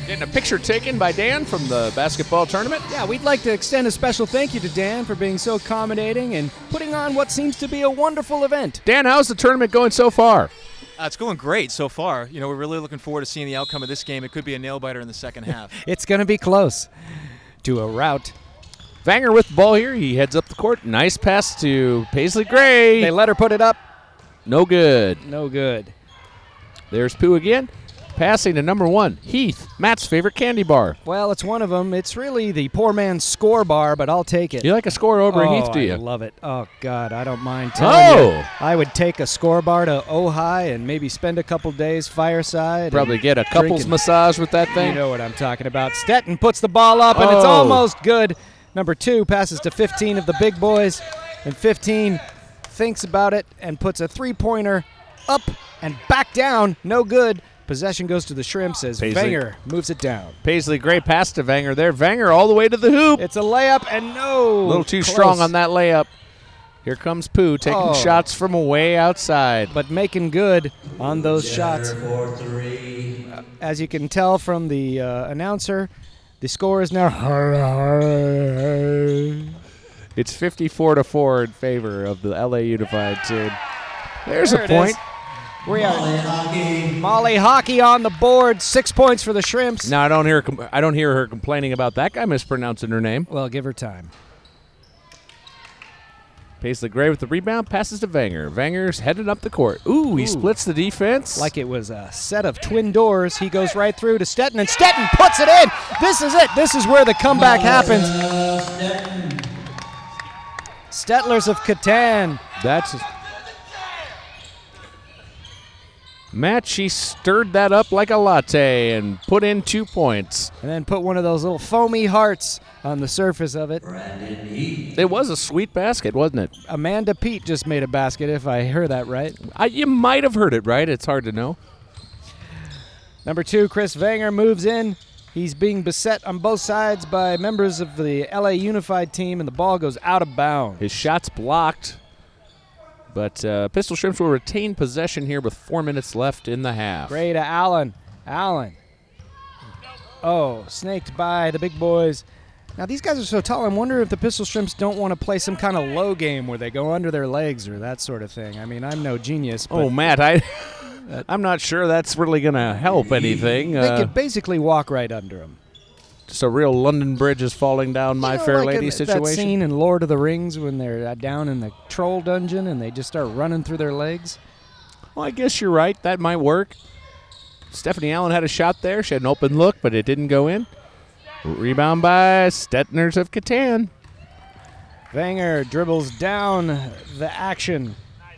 Getting a picture taken by Dan from the basketball tournament.
Yeah, we'd like to extend a special thank you to Dan for being so accommodating and putting on what seems to be a wonderful event.
Dan, how's the tournament going so far?
Uh, it's going great so far. You know, we're really looking forward to seeing the outcome of this game. It could be a nail biter in the second half.
It's going to be close to a rout.
Vanger with the ball here. He heads up the court. Nice pass to Paisley Gray.
They let her put it up.
No good.
No good.
There's Pooh again. Passing to number one, Heath, Matt's favorite candy bar.
Well, it's one of them. It's really the poor man's score bar, but I'll take it.
You like a score over
oh,
Heath, do you?
I love it. Oh God, I don't mind telling you.
Oh!
I would take a score bar to Ojai and maybe spend a couple days fireside. and
Probably get a couples
drinking.
massage with that thing.
You know what I'm talking about. Stetton puts the ball up, and it's
Oh.
almost good. Number two passes to 15 of the big boys, and 15 thinks about it and puts a three pointer up and back down. No good. Possession goes to the shrimps as
Paisley.
Wenger moves it down.
Paisley Gray pass to Vanger there. Vanger all the way to the hoop.
It's a layup, and no.
a little too strong on that layup. Here comes Pooh taking
Oh.
shots from way outside.
But making good on those shots.
Four, three.
As you can tell from the uh, announcer, the score is now
It's 54 to 4 in favor of the LA Unified team. There's
There
a
it
point.
is. We are Molly Hockey on the board. Six points for the Shrimps.
Now I don't hear com- I don't hear her complaining about that guy mispronouncing her name.
Well, give her time.
Paisley Gray with the rebound, passes to Vanger. Vanger's headed up the court. Ooh, he splits the defense.
Like it was a set of twin doors. He goes right through to Stetton, and Stetton puts it in. This is it. This is where the comeback happens. Stetlers of Catan.
that's Matt, she stirred that up like a latte and put in two points.
And then put one of those little foamy hearts on the surface of it.
It was a sweet basket, wasn't it?
Amanda Pete just made a basket, if I hear that right.
I, you might have heard it, right? It's hard to know.
Number two, Chris Vanger moves in. He's being beset on both sides by members of the LA Unified team, and the ball goes out of bounds.
His shot's blocked, but uh, Pistol Shrimps will retain possession here with four minutes left in the half.
Gray to uh, Allen. Allen. Oh, snaked by the big boys. Now, these guys are so tall, I wonder if the Pistol Shrimps don't want to play some kind of low game where they go under their legs or that sort of thing. I mean, I'm no genius, but
Oh, Matt, I, I'm not sure that's really going to help anything.
they
Uh,
could basically walk right under them.
it's a real London Bridge is falling down, my
You know,
fair
like
lady
in
situation.
That scene in Lord of the Rings when they're uh, down in the troll dungeon and they just start running through their legs.
Well, I guess you're right. That might work. Stephanie Allen had a shot there. She had an open look, but it didn't go in. Rebound by Stetners of Catan.
Vanger dribbles down the action.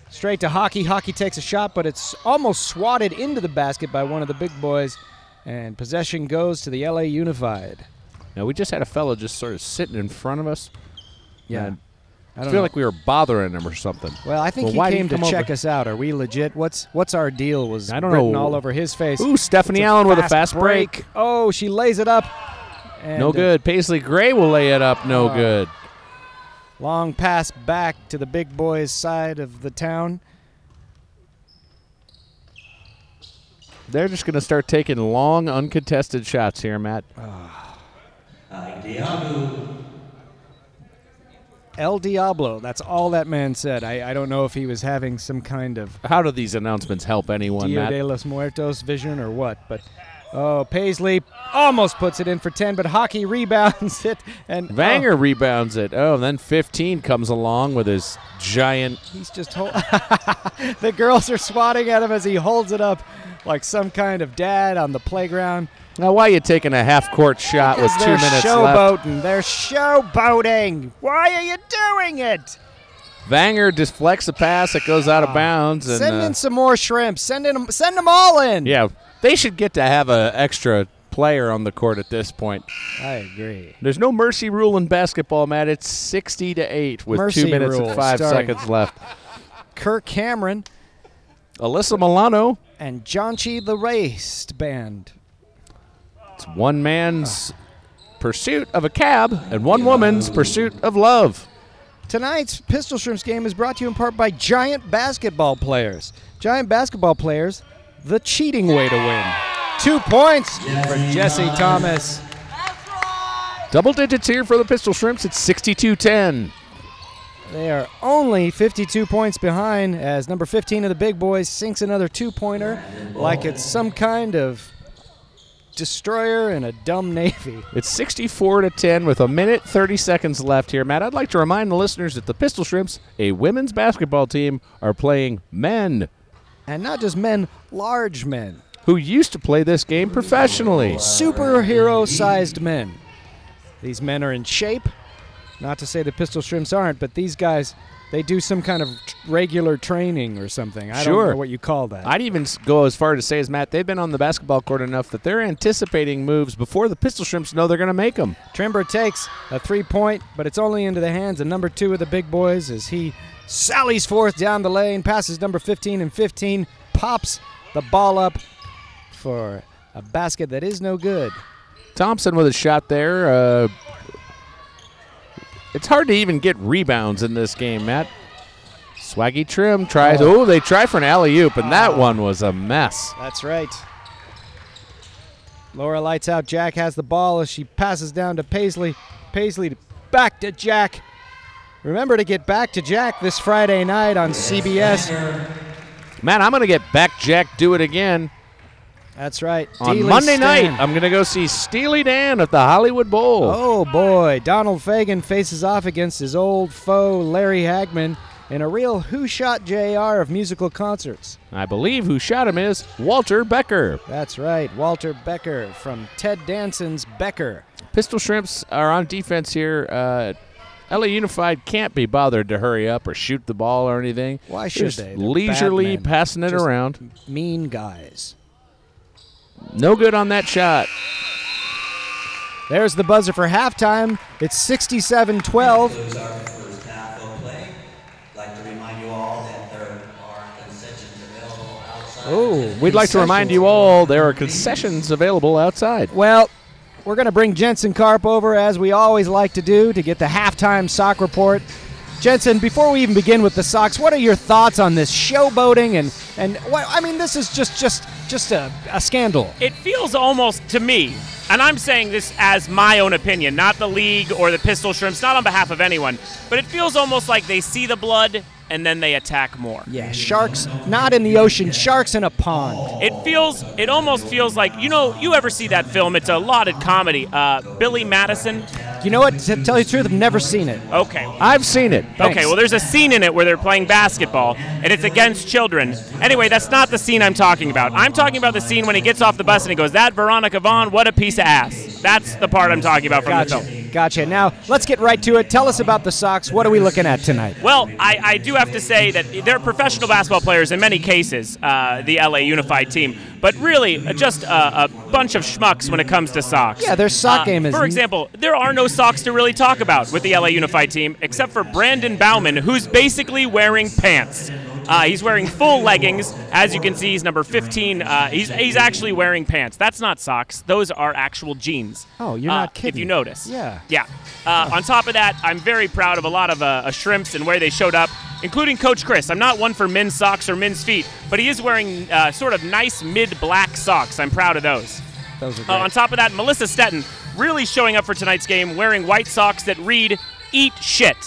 Straight to Hockey. Hockey takes a shot, but it's almost swatted into the basket by one of the big boys. And possession goes to the LA Unified.
Now, we just had a fellow just sort of sitting in front of us.
Yeah.
And
I
I
don't
feel
know.
like we were bothering him or something.
well, I think
Well, why
he
did
came
he
to
come
check
over?
us out. Are we legit? What's what's our deal? Was
I don't
written
know.
all over his face.
Ooh, Stephanie Allen with a fast break.
Oh, she lays it up. And,
No
uh,
good. Paisley Gray will lay it up. No
Oh.
good.
Long pass back to the big boys' side of the town.
They're just going to start taking long, uncontested shots here, Matt.
Uh, El Diablo. That's all that man said. I, I don't know if he was having some kind of
How do these announcements help anyone,
Dia de
Matt?
los Muertos vision or what, but oh, Paisley almost puts it in for 10, but Hockey rebounds it and oh,
Vanger rebounds it. Oh, and then 15 comes along with his giant.
he's just hol- the girls are swatting at him as he holds it up like some kind of dad on the playground.
Now, why are you taking a half court shot with two
They're
minutes left?
showboating. They're showboating. Why are you doing it?
Vanger deflects a pass that goes out of bounds. And,
send
uh,
in some more shrimp. Send in, send them all in.
yeah, they should get to have an extra player on the court at this point.
I agree.
There's no mercy rule in basketball, Matt. It's 60 to 8 with
Mercy
two minutes
rule.
and five
Sorry.
seconds left.
Kirk Cameron
Alyssa Milano,
and Jonchi the Raced Band.
it's one man's pursuit of a cab and one woman's pursuit of love.
Tonight's Pistol Shrimps game is brought to you in part by Giant Basketball Players. Giant Basketball Players, the cheating way to win. Two points for Jesse Thomas.
Double digits here for the Pistol Shrimps. It's 62 10.
They are only 52 points behind as number 15 of the Big Boys sinks another two pointer like it's some kind of destroyer in a dumb Navy.
It's 64 to 10 with a minute 30 seconds left here, Matt. I'd like to remind the listeners that the Pistol Shrimps, a women's basketball team, are playing men
And not just men, large men,
who used to play this game professionally.
superhero sized men. These men are in shape. Not to say the pistol shrimps aren't, but these guys, they do some kind of t- regular training or something. I
Sure.
don't know what you call that.
I'd even s- go as far to say as Matt, they've been on the basketball court enough that they're anticipating moves before the Pistol Shrimps know they're going to make them.
Trimber takes a three point, but it's only into the hands of number two of the big boys as he sallies forth down the lane, passes number 15 and 15, pops the ball up for a basket that is no good.
Thompson with a shot there. Uh, it's hard to even get rebounds in this game, Matt. Swaggy Trim tries. Oh, they try for an alley oop, and that one was a mess.
That's right. Laura lights out. Jack has the ball as she passes down to Paisley. Paisley to- back to Jack. Remember to get back to Jack this Friday night on CBS.
Matt, I'm going to get back Jack do it again
That's right.
on
Dealey
Monday
Stan.
night. I'm going to go see Steely Dan at the Hollywood Bowl.
Oh boy, Donald Fagan faces off against his old foe Larry Hagman in a real Who Shot JR of musical concerts.
I believe who shot him is Walter Becker.
That's right, Walter Becker from Ted Danson's Becker.
Pistol Shrimps are on defense here. Uh, LA Unified can't be bothered to hurry up or shoot the ball or anything.
Why
They're
should
just
they? They're
leisurely
bad men.
passing it
Just-
around.
Mean guys.
No good on that shot.
There's the buzzer for halftime. It's 67 12.
Those are the first half of play. Like to remind you all that there are concessions available outside.
Oh,
We'd like to remind you all there are concessions available outside.
Well, we're going to bring Jensen Karp over as we always like to do to get the halftime sock report. Jensen, before we even begin with the socks, what are your thoughts on this showboating and and what I mean this is just just just a, a scandal.
it feels almost to me, and I'm saying this as my own opinion, not the league or the Pistol Shrimps, not on behalf of anyone, but it feels almost like they see the blood and then they attack more.
Yeah, sharks not in the ocean, sharks in a pond.
It feels, it almost feels like, you know, you ever see that film? It's a lauded comedy. Uh, Billy Madison.
You know what? To tell you the truth, I've never seen it.
Okay,
I've seen it.
Okay, well, there's a scene in it where they're playing basketball, and it's against children. Anyway, that's not the scene I'm talking about. I'm talking about the scene when he gets off the bus and he goes, That Veronica Vaughn, what a piece of ass. That's the part I'm talking about from the film.
Gotcha. Gotcha. Now, let's get right to it. Tell us about the socks. What are we looking at tonight?
Well, I, I do have to say that they're professional basketball players in many cases, uh, the LA Unified team, but really uh, just a, a bunch of schmucks when it comes to socks. Uh,
Yeah, their sock game is-
For example, there are no socks to really talk about with the LA Unified team, except for Brandon Bauman, who's basically wearing pants. Uh, Uh, he's wearing full leggings. As you can see, he's number 15. Uh, he's, he's actually wearing pants. That's not socks. Those are actual jeans.
Oh, you're
Uh,
not kidding.
If you notice.
Yeah.
Yeah. Uh, on top of that, I'm very proud of a lot of uh, uh, shrimps and where they showed up, including Coach Chris. I'm not one for men's socks or men's feet, but he is wearing uh, sort of nice mid black socks. I'm proud of those.
Those are
Uh,
great.
on top of that, Melissa Stetton really showing up for tonight's game wearing white socks that read, Eat shit.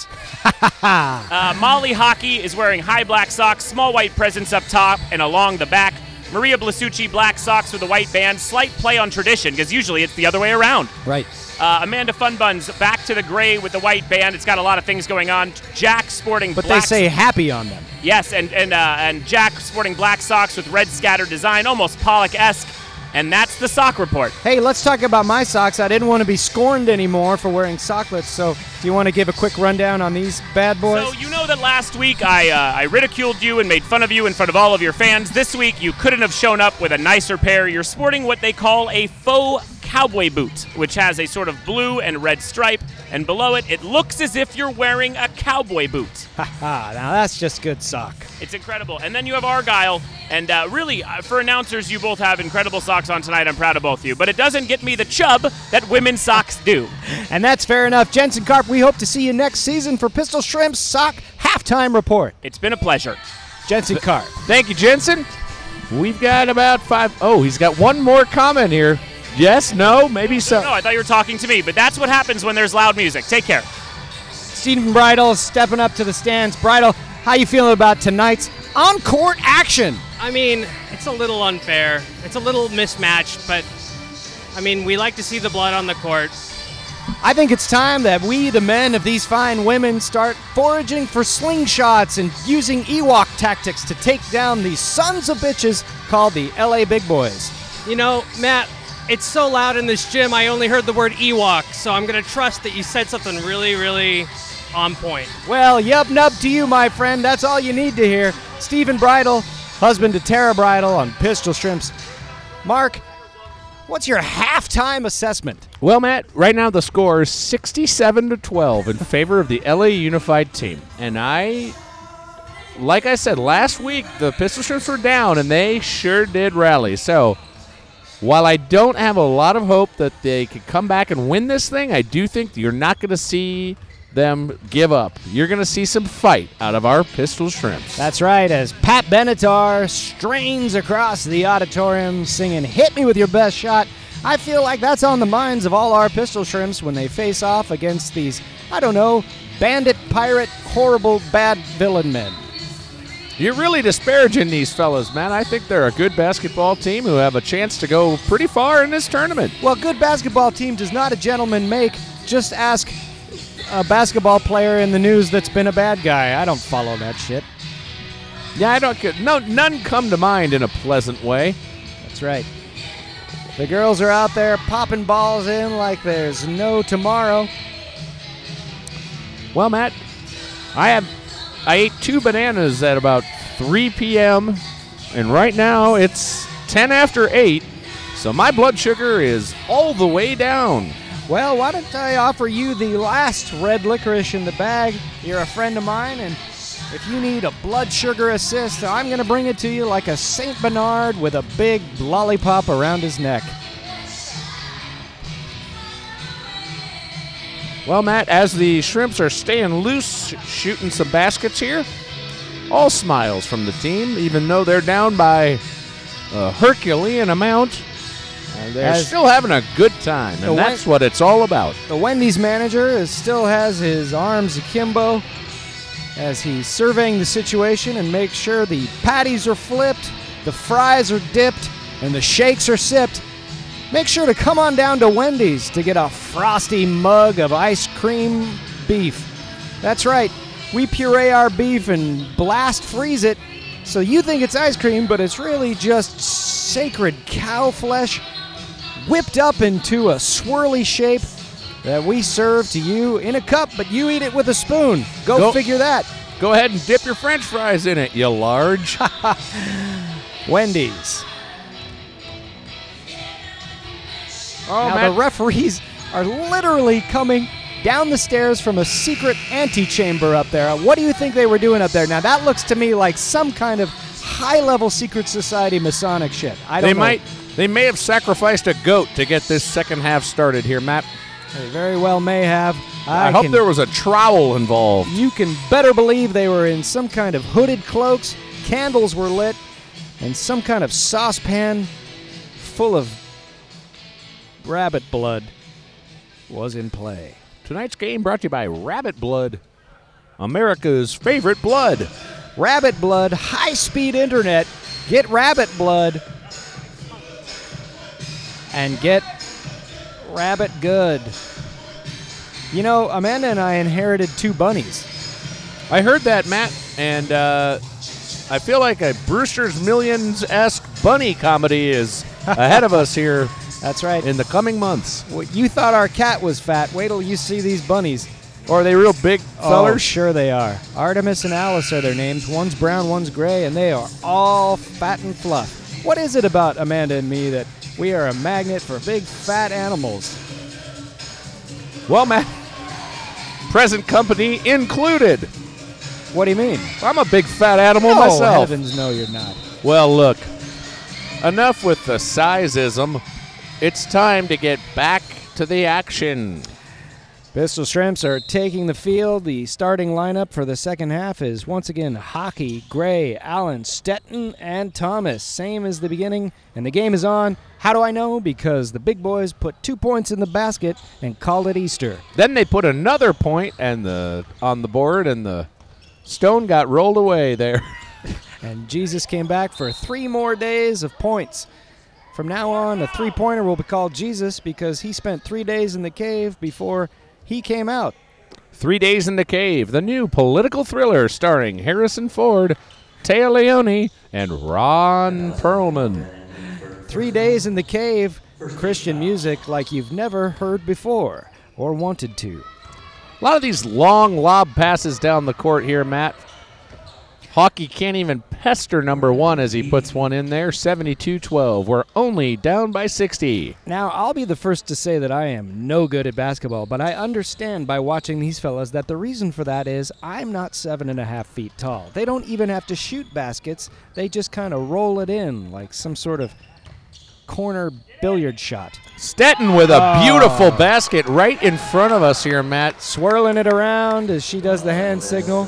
uh, Molly Hockey is wearing high black socks, small white presents up top and along the back. Maria Blasucci, black socks with a white band. Slight play on tradition because usually it's the other way around.
right.
Uh, Amanda Funbuns back to the gray with the white band. It's got a lot of things going on. Jack sporting
But
black
they say happy on them.
yes, and and uh, and Jack sporting black socks with red scattered design, almost Pollock-esque. And that's the sock report.
Hey, let's talk about my socks. I didn't want to be scorned anymore for wearing socklets, so do you want to give a quick rundown on these bad boys?
So you know that last week I uh, I ridiculed you and made fun of you in front of all of your fans. This week you couldn't have shown up with a nicer pair. You're sporting what they call a faux cowboy boot, which has a sort of blue and red stripe, and below it it looks as if you're wearing a cowboy boot.
ah, now that's just good sock.
It's incredible. And then you have Argyle, and uh, really, uh, for announcers, you both have incredible socks on tonight. I'm proud of both of you. But it doesn't get me the chub that women's socks do.
And that's fair enough. Jensen Karp, we hope to see you next season for Pistol Shrimp's Sock Halftime Report.
It's been a pleasure.
Jensen Karp.
Thank you, Jensen. We've got about five oh, he's got one more comment here. Yes, no, maybe so.
No, I thought you were talking to me, but that's what happens when there's loud music. Take care.
Stephen Bridle stepping up to the stands. Bridle, how you feeling about tonight's on-court action?
I mean, it's a little unfair. It's a little mismatched, but I mean, we like to see the blood on the court.
I think it's time that we, the men of these fine women, start foraging for slingshots and using Ewok tactics to take down these sons of bitches called the LA Big Boys.
You know, Matt, it's so loud in this gym. I only heard the word Ewok, so I'm gonna trust that you said something really, really on point.
Well, yub nub to you, my friend. That's all you need to hear. Stephen Bridle, husband to Tara Bridle on Pistol Shrimps. Mark, what's your halftime assessment?
Well, Matt, right now the score is 67 to 12 in favor of the LA Unified team. And I like I said last week, the Pistol Shrimps were down and they sure did rally. So, while I don't have a lot of hope that they could come back and win this thing, I do think that you're not going to see them give up. You're going to see some fight out of our Pistol Shrimps.
That's right, as Pat Benatar strains across the auditorium singing Hit Me With Your Best Shot. I feel like that's on the minds of all our pistol shrimps when they face off against these, I don't know, bandit, pirate, horrible, bad villain men.
You're really disparaging these fellas, man. I think they're a good basketball team who have a chance to go pretty far in this tournament.
Well, good basketball team does not a gentleman make. Just ask a basketball player in the news that's been a bad guy. I don't follow that shit.
Yeah, I don't. get- No, none come to mind in a pleasant way.
That's right. The girls are out there popping balls in like there's no tomorrow.
Well, Matt, I have. I ate two bananas at about 3 p.m. and right now it's 10 after 8, so my blood sugar is all the way down.
Well, why don't I offer you the last red licorice in the bag? You're a friend of mine, and if you need a blood sugar assist, I'm going to bring it to you like a St. Bernard with a big lollipop around his neck.
Well, Matt, as the shrimps are staying loose, sh- shooting some baskets here, all smiles from the team, even though they're down by a Herculean amount. Uh, they're
As-
still having a good time,
The
and
one-
that's what it's all about.
The Wendy's manager is, still has his arms akimbo as he's surveying the situation and makes sure the patties are flipped, the fries are dipped, and the shakes are sipped. Make sure to come on down to Wendy's to get a frosty mug of ice cream beef. That's right, we puree our beef and blast freeze it so you think it's ice cream, but it's really just sacred cow flesh whipped up into a swirly shape that we serve to you in a cup, but you eat it with a spoon. Go,
Go-
figure that.
Go ahead and dip your french fries in it, you large.
Wendy's.
Oh,
now
Matt, Oh,
the referees are literally coming down the stairs from a secret antechamber up there. What do you think they were doing up there? Now that looks to me like some kind of high-level secret society Masonic shit. I don't
They
know.
might. They may have sacrificed a goat to get this second half started here, Matt.
They very well may have.
I,
I,
hope
can-
there was a trowel involved.
You can better believe they were in some kind of hooded cloaks, candles were lit, and some kind of saucepan full of rabbit blood was in play.
Tonight's game brought to you by Rabbit Blood, America's favorite blood.
Rabbit blood, high speed internet, get rabbit blood, and get rabbit good. You know, Amanda and I inherited two bunnies.
I heard that, Matt, and uh, I feel like a Brewster's Millions esque bunny comedy is ahead of us here
That's right.
in the coming months.
Well, you thought our cat was fat. Wait till you see these bunnies.
Or are they real big
Oh,
fellers?
sure they are. Artemis and Alice are their names. One's brown, one's gray, and they are all fat and fluff. What is it about Amanda and me that we are a magnet for big fat animals?
Well, Matt, present company included.
What do you mean?
I'm a big fat animal
oh,
myself.
heavens, no, you're not.
Well, look, enough with the sizeism. It's time to get back to the action.
Pistol Shrimps are taking the field. The starting lineup for the second half is once again Hockey, Gray, Allen, Stetton, and Thomas. Same as the beginning, and the game is on. How do I know? Because the big boys put two points in the basket and called it Easter.
Then they put another point and the on the board, and the stone got rolled away there.
And Jesus came back for three more days of points. From now on, a three pointer will be called Jesus because he spent three days in the cave before he came out.
Three Days in the Cave, the new political thriller starring Harrison Ford, Taya Leone, and Ron Perlman.
Three days in the cave, Christian music like you've never heard before or wanted to.
A lot of these long lob passes down the court here, Matt. Hockey can't even pester number one as he puts one in there. 72 12. We're only down by 60.
Now, I'll be the first to say that I am no good at basketball, but I understand by watching these fellas that the reason for that is I'm not seven and a half feet tall. They don't even have to shoot baskets, they just kind of roll it in like some sort of corner billiard shot.
Stetton with a beautiful basket right in front of us here, Matt.
Swirling it around as she does the hand signal.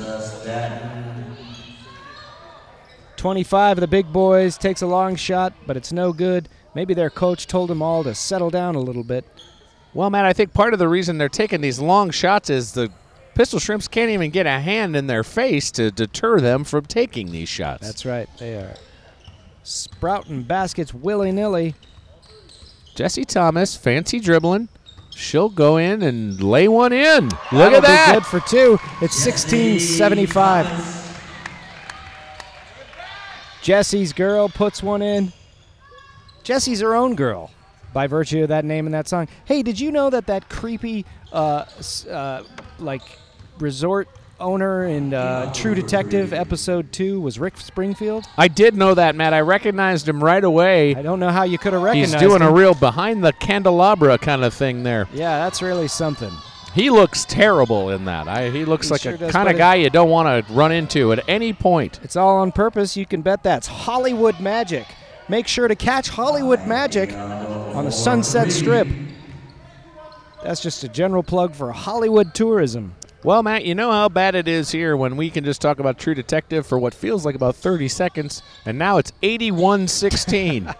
25 of the big boys takes a long shot, but it's no good. Maybe their coach told them all to settle down a little bit.
Well, Matt, I think part of the reason they're taking these long shots is the Pistol Shrimps can't even get a hand in their face to deter them from taking these shots.
That's right, they are sprouting baskets willy nilly.
Jesse Thomas, fancy dribbling. She'll go in and lay one in. Look
That'll
at
be
that.
good for two. It's 1675. Jesse's girl puts one in. Jesse's her own girl, by virtue of that name and that song. Hey, did you know that that creepy, uh, s- uh, like, resort owner in uh, True Detective episode two was Rick Springfield?
I did know that, Matt. I recognized him right away.
I don't know how you could have
He's
recognized.
doing a
him.
real behind the candelabra kind of thing there.
yeah, that's really something.
He looks terrible in that. I, he looks
He
like
sure
a
does,
kind
but
of
it-
guy you don't want to run into at any point.
It's all on purpose. You can bet that's Hollywood Magic. Make sure to catch Hollywood Magic on the Sunset Strip. That's just a general plug for Hollywood tourism.
Well, Matt, you know how bad it is here when we can just talk about True Detective for what feels like about 30 seconds, and now it's 81 16.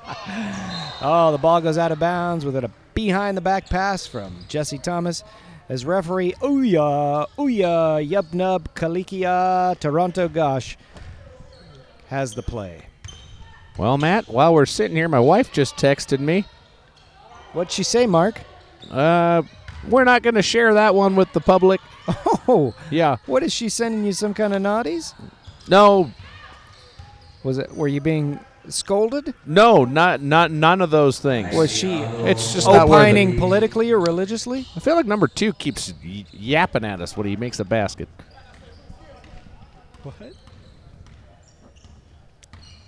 Oh, the ball goes out of bounds with a behind the back pass from Jesse Thomas as referee Ouya, Ouya, Yubnub, Kalikia, Toronto Gosh has the play.
well, Matt, while we're sitting here, my wife just texted me.
What'd she say, Mark?
Uh, we're not going to share that one with the public.
Oh,
Yeah.
what is she sending you? Some kind of naughties?
No,
Was it? Were you being scolded?
no, not not none of those things.
Was she
It's just not worth it.
opining politically or religiously?
I feel like number two keeps y- yapping at us when he makes a basket.
What?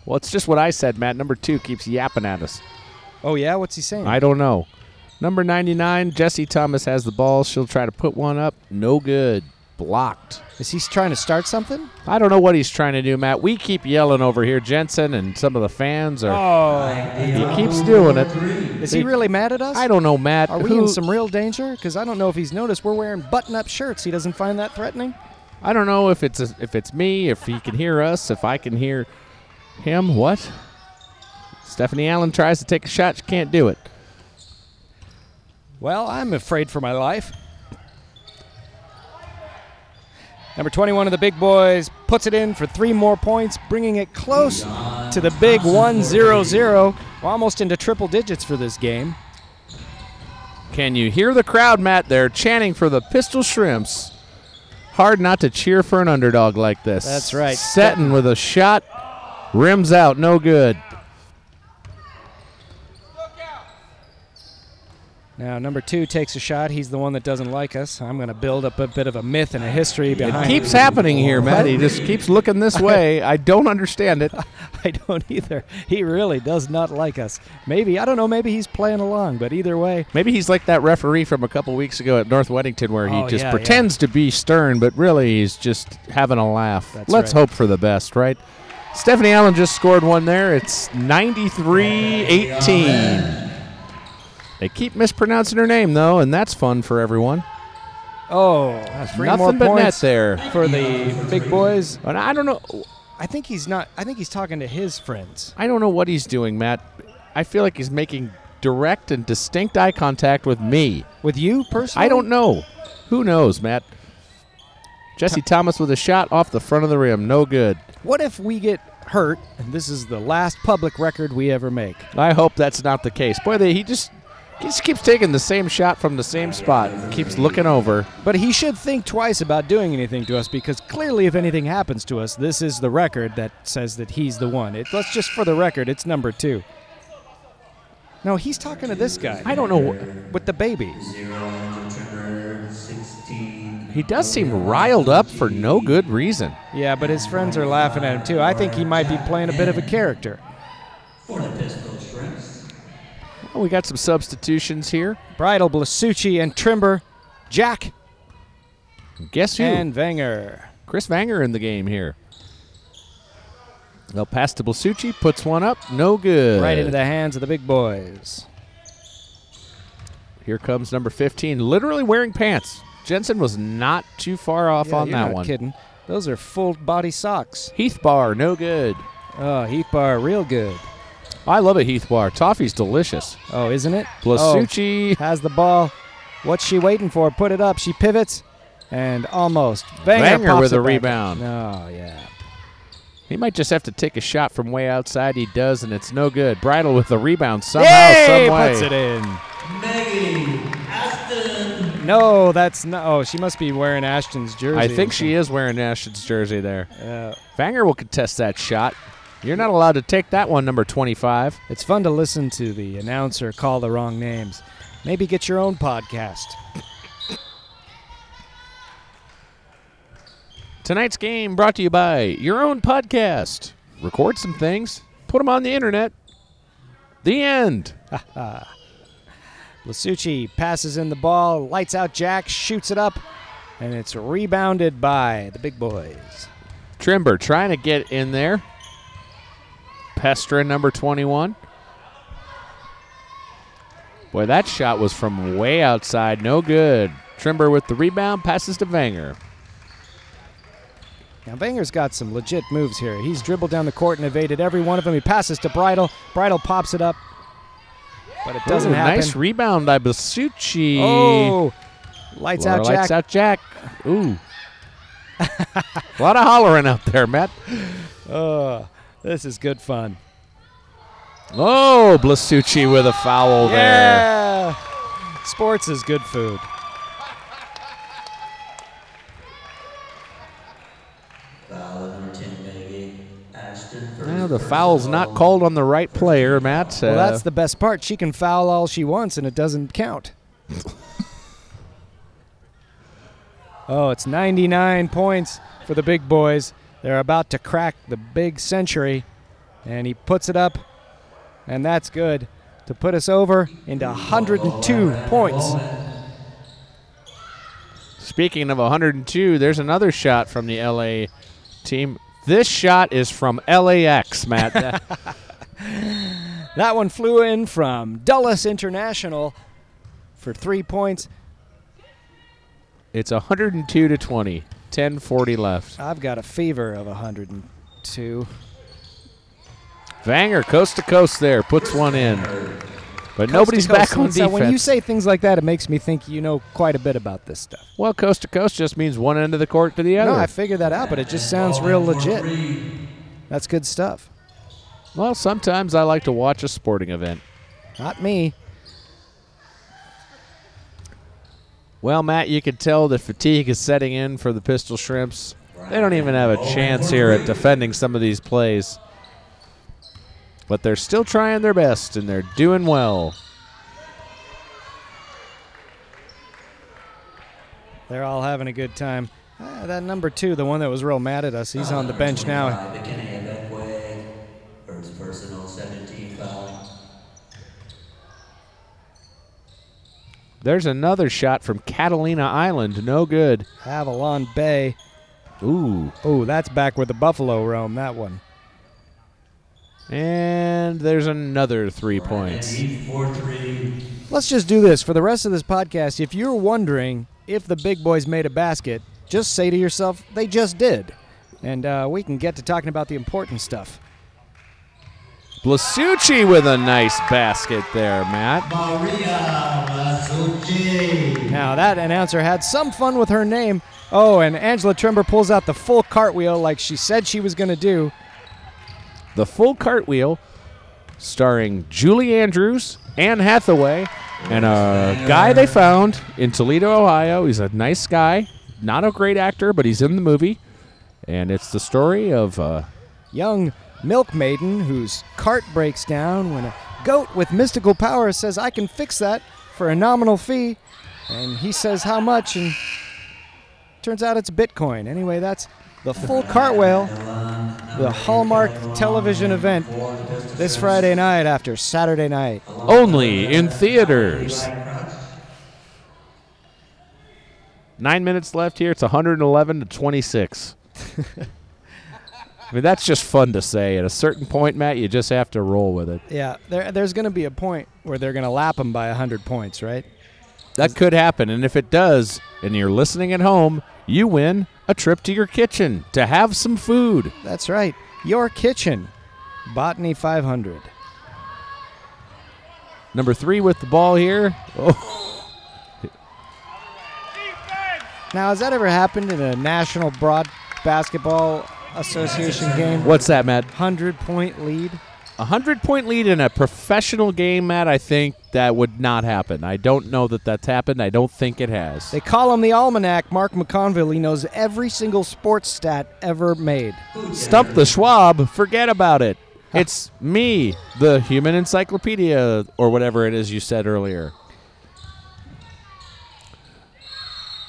Well, it's just what I said, Matt. Number two keeps yapping at us.
Oh yeah, what's he saying?
I don't know. Number 99, Jesse Thomas has the ball. She'll try to put one up. No good. Blocked.
Is he trying to start something?
I don't know what he's trying to do, Matt. We keep yelling over here, Jensen, and some of the fans are.
Oh,
He keeps doing it.
is he really mad at us?
I don't know, Matt.
Are we
who-
in some real danger? Because I don't know if he's noticed we're wearing button-up shirts. He doesn't find that threatening.
I don't know if it's if it's me, if he can hear us, if I can hear him. What? Stephanie Allen tries to take a shot. She can't do it.
Well, I'm afraid for my life. Number 21 of the big boys puts it in for three more points, bringing it close to the big 1 0 0. We're almost into triple digits for this game.
Can you hear the crowd, Matt? They're chanting for the Pistol Shrimps. Hard not to cheer for an underdog like this.
That's right.
Setting with a shot. Rims out. No good.
Now, number two takes a shot. He's the one that doesn't like us. I'm going to build up a bit of a myth and a history
It
behind
keeps happening here, Matt. He just keeps looking this way. I don't understand it.
I don't either. He really does not like us. Maybe, I don't know, maybe he's playing along, but either way,
Maybe he's like that referee from a couple weeks ago at North Weddington where he
Oh,
just
yeah,
pretends to be stern, but really he's just having a laugh.
That's
Let's
right.
hope for the best, right? Stephanie Allen just scored one there. It's 93 18. They keep mispronouncing her name, though, and that's fun for everyone.
oh, three
Nothing
more
but net
points
there.
for the big boys.
And I don't know.
I think he's not. I think he's talking to his friends.
I don't know what he's doing, Matt. I feel like he's making direct and distinct eye contact with me.
With you personally?
I don't know. Who knows, Matt? Jesse Thomas with a shot off the front of the rim. No good.
What if we get hurt and this is the last public record we ever make?
I hope that's not the case. Boy, they, he just he just keeps taking the same shot from the same spot. and Keeps looking over.
But he should think twice about doing anything to us because clearly, if anything happens to us, this is the record that says that he's the one. It, let's just, for the record, it's number two. No, he's talking to this guy.
I don't know. wh-
With the baby.
He does seem riled up for no good reason.
Yeah, but his friends are laughing at him too. I think he might be playing a bit of a character.
Well, we got some substitutions here.
Bridal, Blasucci, and Trimber, Jack,
Guess who?
and Wenger.
Chris Vanger in the game here. They'll pass to Blasucci. Puts one up. No good.
Right into the hands of the big boys.
Here comes number 15, literally wearing pants. Jensen was not too far off
Yeah,
on
you're
that
not
one.
Kidding. Those are full body socks.
Heath Bar, no good.
Oh, Heath Bar, real good.
I love a Heath Bar. Toffee's delicious.
Oh, isn't it?
Blasucci.
Oh, has the ball. What's she waiting for? Put it up. She pivots, and almost Wenger
Wenger
pops
with
it
a
back.
rebound.
Oh yeah.
He might just have to take a shot from way outside. He does, and it's no good. Bridle with the rebound somehow,
Yay!
some way.
Puts it in. No, that's not. Oh, she must be wearing Ashton's jersey.
I think she is wearing Ashton's jersey there.
Uh,
Vanger will contest that shot. You're not allowed to take that one, number 25.
it's fun to listen to the announcer call the wrong names. Maybe get your own podcast.
Tonight's game brought to you by your own podcast. Record some things, put them on the internet. The end.
Lasucci passes in the ball, lights out Jack, shoots it up, and it's rebounded by the big boys.
Trimber trying to get in there. Pestra, number 21. Boy, that shot was from way outside. No good. Trimber with the rebound, passes to Vanger.
Now, Vanger's got some legit moves here. He's dribbled down the court and evaded every one of them. He passes to Bridle. Bridle pops it up, but it doesn't
Ooh,
happen.
Nice rebound by Basucci.
oh, lights
Laura
out Jack.
lights out Jack. Ooh. A lot of hollering out there, Matt.
Oh, this is good fun.
Oh, Blasucci with a foul there.
Yeah. Sports is good food.
Well, the foul's not called on the right player, Matt. Uh,
Well, that's the best part. She can foul all she wants, and it doesn't count. oh, it's 99 points for the big boys. They're about to crack the big century, and he puts it up, and that's good. to put us over into 102 points.
Speaking of 102, there's another shot from the LA team. This shot is from LAX, Matt. That-
That one flew in from Dulles International for three points.
it's 102 to 20. 10:40 left.
I've got a fever of 102.
Vanger coast to coast there puts one in, but nobody's
Coast to
back
coast.
on
So
defense.
when you say things like that, it makes me think you know quite a bit about this stuff.
well, coast to coast just means one end of the court to the other.
No, I figured that out, but it just sounds real legit. That's good stuff.
well, sometimes I like to watch a sporting event.
Not me.
Well, Matt, you can tell the fatigue is setting in for the Pistol Shrimps. They don't even have a chance here at defending some of these plays. But they're still trying their best and they're doing well.
They're all having a good time. Ah, that number two, the one that was real mad at us, he's on the bench now.
By McKinney, Benway, first personal 17 foul.
There's another shot from Catalina Island. No good.
Avalon Bay.
Ooh.
Oh, that's back where the Buffalo roam, that one.
And there's another three points.
Let's just do this for the rest of this podcast. If you're wondering if the big boys made a basket, just say to yourself, they just did. And uh, we can get to talking about the important stuff.
Blasucci with a nice basket there, Matt.
Now, that announcer had some fun with her name. Oh, and Angela Trimber pulls out the full cartwheel like she said she was going to do.
The full cartwheel starring Julie Andrews, Anne Hathaway, and a guy they found in Toledo, Ohio. He's a nice guy, not a great actor, but he's in the movie. And it's the story of uh,
Young milkmaiden whose cart breaks down when a goat with mystical power says, I can fix that for a nominal fee. And he says, How much? And turns out it's Bitcoin. Anyway, that's the full cartwheel, the Hallmark television event this Friday night after Saturday night.
Only in Theaters. Nine minutes left here. It's 111 to 26. I mean, that's just fun to say. At a certain point, Matt, you just have to roll with it.
Yeah, there, there's going to be a point where they're going to lap them by 100 points, right?
That could happen. And if it does, and you're listening at home, you win a trip to your kitchen to have some food.
That's right. Your kitchen, Botany 500.
Number three with the ball here. Oh,
Defense!
Now, has that ever happened in a National Broad Basketball Association game?
what's that, Matt?
100 point lead?
A hundred point lead in a professional game, Matt. I think that would not happen. I don't know that that's happened. I don't think it has.
They call him the Almanac. Mark McConville, he knows every single sports stat ever made.
Stump the Schwab. Forget about it. It's me, the human encyclopedia, or whatever it is you said earlier.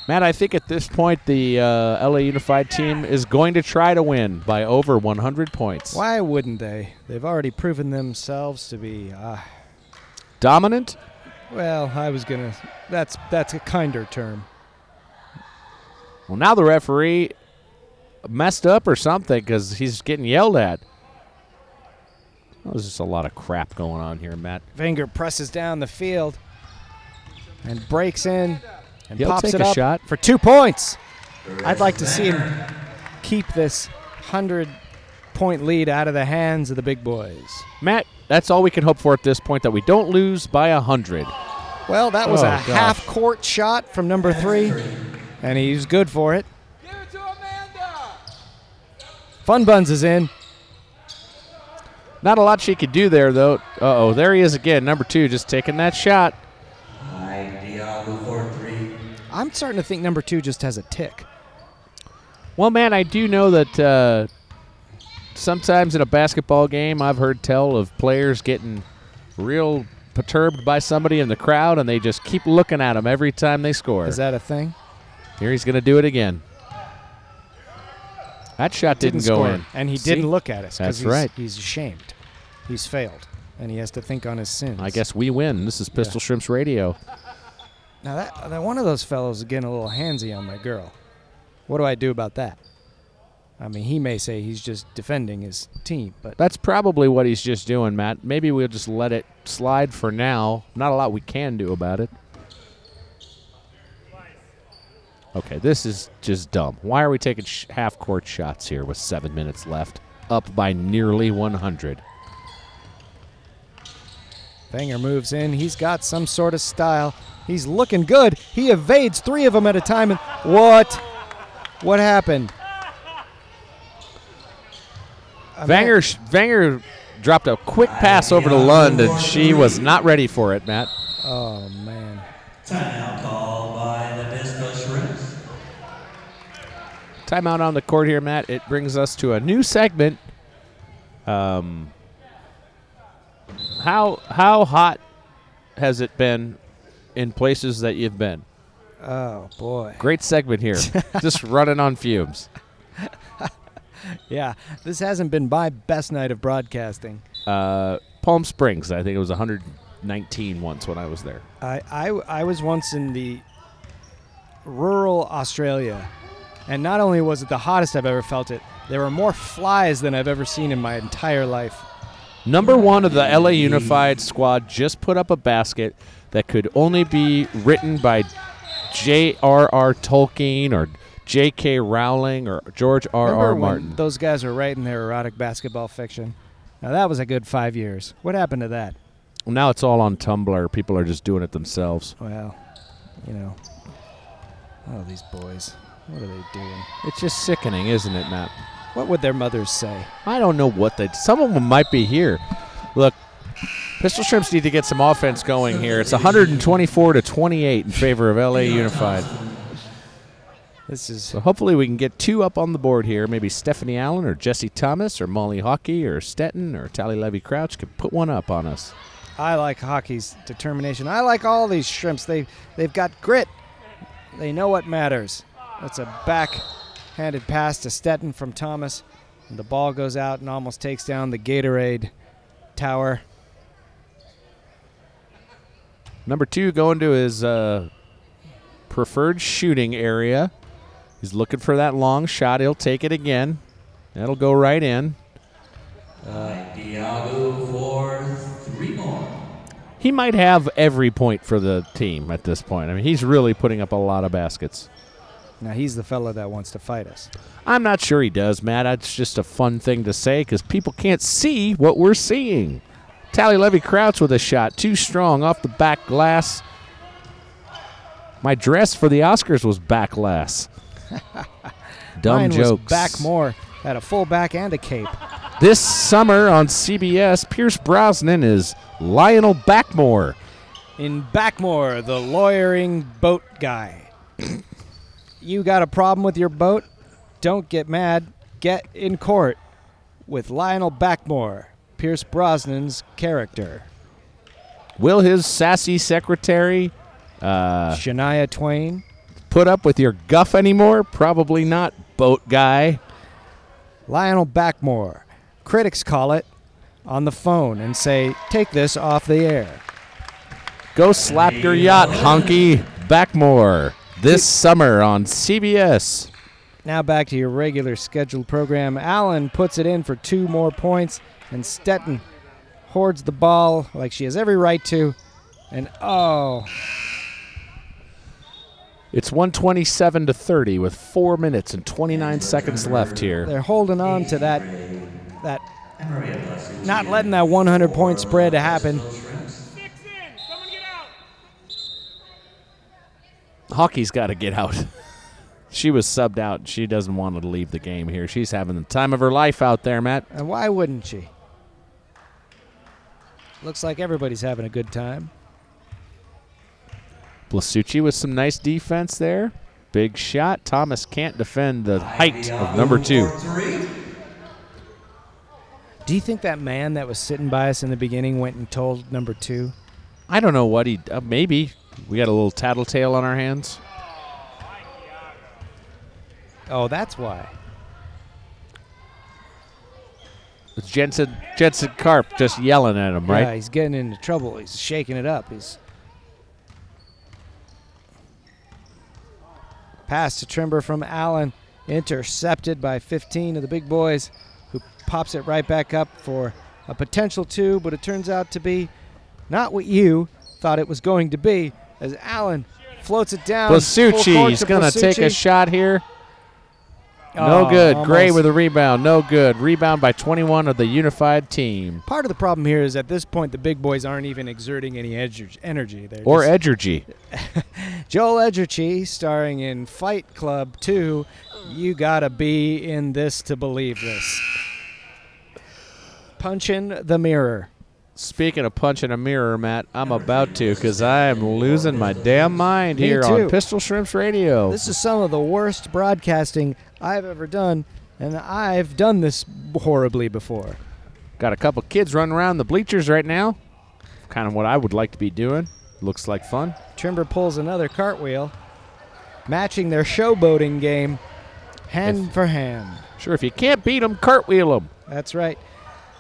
Matt, I think at this point the uh, LA Unified team is going to try to win by over 100 points.
Why wouldn't they? They've already proven themselves to be. Uh,
Dominant.
well, I was gonna. That's that's a kinder term.
Well, now the referee messed up or something because he's getting yelled at. There's just a lot of crap going on here, Matt.
Venger presses down the field and breaks in and
He'll
pops
take
it
a
up
shot.
for two points. I'd like to see him keep this hundred point lead out of the hands of the big boys.
Matt, that's all we can hope for at this point that we don't lose by a 100.
Well, that was
Oh,
a
gosh.
half court shot from number three, and he's good for it.
Give it to Amanda!
Fun Buns is in.
Not a lot she could do there, though. Uh oh, there he is again, number two, just taking that shot.
Hi, Diago, four, three.
I'm starting to think number two just has a tick.
Well, man, I do know that uh, sometimes in a basketball game, I've heard tell of players getting real perturbed by somebody in the crowd, and they just keep looking at them every time they score.
Is that a thing?
Here he's going to do it again. That shot didn't, go
score,
in.
and he
See?
didn't look at us because
That's
he's,
right.
he's ashamed. He's failed and he has to think on his sins.
I guess we win. This is Pistol Shrimps Radio.
Now that, that one of those fellows is getting a little handsy on my girl. What do I do about that? I mean, he may say he's just defending his team, but
That's probably what he's just doing, Matt. Maybe we'll just let it slide for now. Not a lot we can do about it. Okay, this is just dumb. Why are we taking sh- half court shots here with seven minutes left? Up by nearly 100.
Banger moves in. He's got some sort of style. He's looking good. He evades three of them at a time. And what? What happened? I mean,
Vanger, sh- Vanger dropped a quick pass over to Lund, and she was not ready for it, Matt.
Oh man.
Timeout call by the Bisco Shrimps.
Timeout on the court here, Matt. It brings us to a new segment. Um, how how hot has it been in places that you've been?
Oh boy.
Great segment here. Just running on fumes.
Yeah. This hasn't been my best night of broadcasting.
Uh, Palm Springs, I think it was 119 once when I was there.
I, I, I was once in the rural Australia, and not only was it the hottest I've ever felt it, there were more flies than I've ever seen in my entire life.
Number one of the LA Unified squad just put up a basket that could only be written by J.R.R. Tolkien or J.K. Rowling or George R.R.
Remember when
Martin.
Those guys were writing their erotic basketball fiction. Now that was a good five years. What happened to that?
Well, now it's all on Tumblr. People are just doing it themselves.
Well, you know, oh these boys, what are they doing?
It's just sickening, isn't it, Matt?
What would their mothers say?
I don't know what they. Some of them might be here. Look, Pistol Shrimps need to get some offense going here. It's 124 to 28 in favor of LA Unified.
This is
So hopefully we can get two up on the board here. Maybe Stephanie Allen or Jesse Thomas or Molly Hockey or Stetton or Tally Levy Crouch could put one up on us.
I like hockey's determination. I like all these shrimps. They they've got grit. They know what matters. That's a backhanded pass to Stetton from Thomas, and the ball goes out and almost takes down the Gatorade tower.
Number two going to his uh, preferred shooting area. He's looking for that long shot. He'll take it again. That'll go right in.
Diago for three more.
He might have every point for the team at this point. I mean, he's really putting up a lot of baskets.
Now he's the fellow that wants to fight us.
I'm not sure he does, Matt. That's just a fun thing to say because people can't see what we're seeing. Tally Levy Crouch with a shot, too strong off the back glass. My dress for the Oscars was back glass. Dumb
Mine
jokes.
Was back more had a full back and a cape.
This summer on CBS, Pierce Brosnan is Lionel Backmore.
In Backmore, the lawyering boat guy. you got a problem with your boat? Don't get mad. Get in court with Lionel Backmore, Pierce Brosnan's character.
Will his sassy secretary uh,
Shania Twain,
put up with your guff anymore? Probably not, boat guy.
Lionel Backmore. Critics call it on the phone and say, take this off the air.
Go slap your yacht, honky. Backmore this summer on CBS.
Now back to your regular scheduled program. Allen puts it in for two more points, and Stetton hoards the ball like she has every right to. And oh,
It's 127 to 30 with four minutes and 29 seconds left here.
they're holding on to that, that, not letting that 100 point spread happen.
Six in. Someone get out.
Hockey's got to get out. she was subbed out. She doesn't want to leave the game here. She's having the time of her life out there, Matt.
And why wouldn't she? Looks like everybody's having a good time.
Blasucci with some nice defense there. Big shot. Thomas can't defend the height of number two.
Do you think that man that was sitting by us in the beginning went and told number two?
I don't know what he. Uh, maybe we got a little tattletale on our hands.
Oh, that's why.
It's Jensen Jensen Carp just yelling at him,
Yeah,
right?
he's getting into trouble. He's shaking it up. He's pass to Trimber from Allen, intercepted by 15 of the big boys, who pops it right back up for a potential two, but it turns out to be not what you thought it was going to be. As Allen floats it down, full
Blasucci
court
is
to
going to take a
Blasucci.
shot here. No
Oh,
good. Gray
almost.
with a rebound. No good. Rebound by 21 of the unified team.
Part of the problem here is at this point the big boys aren't even exerting any edge- energy. They're
Or
just-
Edgergy.
Joel Edgerchi, starring in Fight Club 2. You gotta be in this to believe this. Punching the mirror.
Speaking of punching a mirror, Matt, I'm about to because I'm losing my damn mind
Me
here
too.
on Pistol Shrimps Radio.
This is some of the worst broadcasting I've ever done, and I've done this horribly before.
Got a couple kids running around the bleachers right now. Kind of what I would like to be doing. Looks like fun.
Trimber pulls another cartwheel, matching their showboating game hand for hand.
Sure, if you can't beat 'em, cartwheel 'em.
That's right.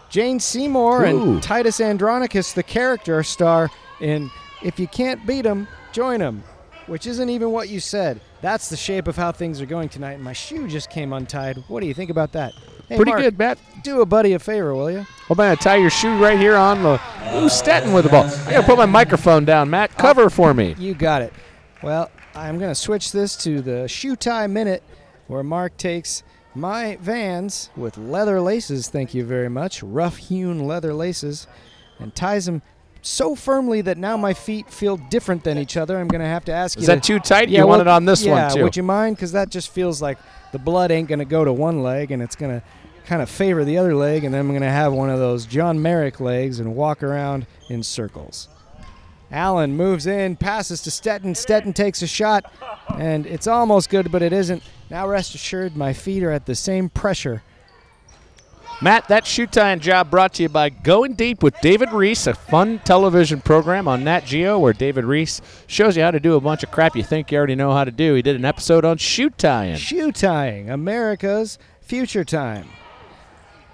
Jane Seymour
Ooh.
and Titus Andronicus, the character, star in If You Can't Beat 'em, Join 'em, which isn't even what you said. That's the shape of how things are going tonight, and my shoe just came untied. What do you think about that? Hey,
Pretty
Mark,
good, Matt.
Do a buddy a favor, will you?
I'm gonna tie your shoe right here on the. Ooh, Stetton with the ball. I gotta put my microphone down, Matt. Cover for me.
You got it. Well, I'm going to switch this to the shoe tie minute where Mark takes my vans with leather laces, thank you very much, rough hewn leather laces, and ties them so firmly that now my feet feel different than each other. I'm going to have to ask
Is
you.
that
to-
too tight? You want
well,
it on this
yeah,
one too?
Would you mind? Because that just feels like the blood ain't going to go to one leg and it's going to kind of favor the other leg, and then I'm going to have one of those John Merrick legs and walk around in circles. Allen moves in, passes to Stetton. Stetton takes a shot, and it's almost good, but it isn't. Now, rest assured, my feet are at the same pressure.
Matt, that shoe tying job brought to you by Going Deep with David Reese, a fun television program on Nat Geo where David Reese shows you how to do a bunch of crap you think you already know how to do. He did an episode on shoe tying.
Shoe tying, America's future time.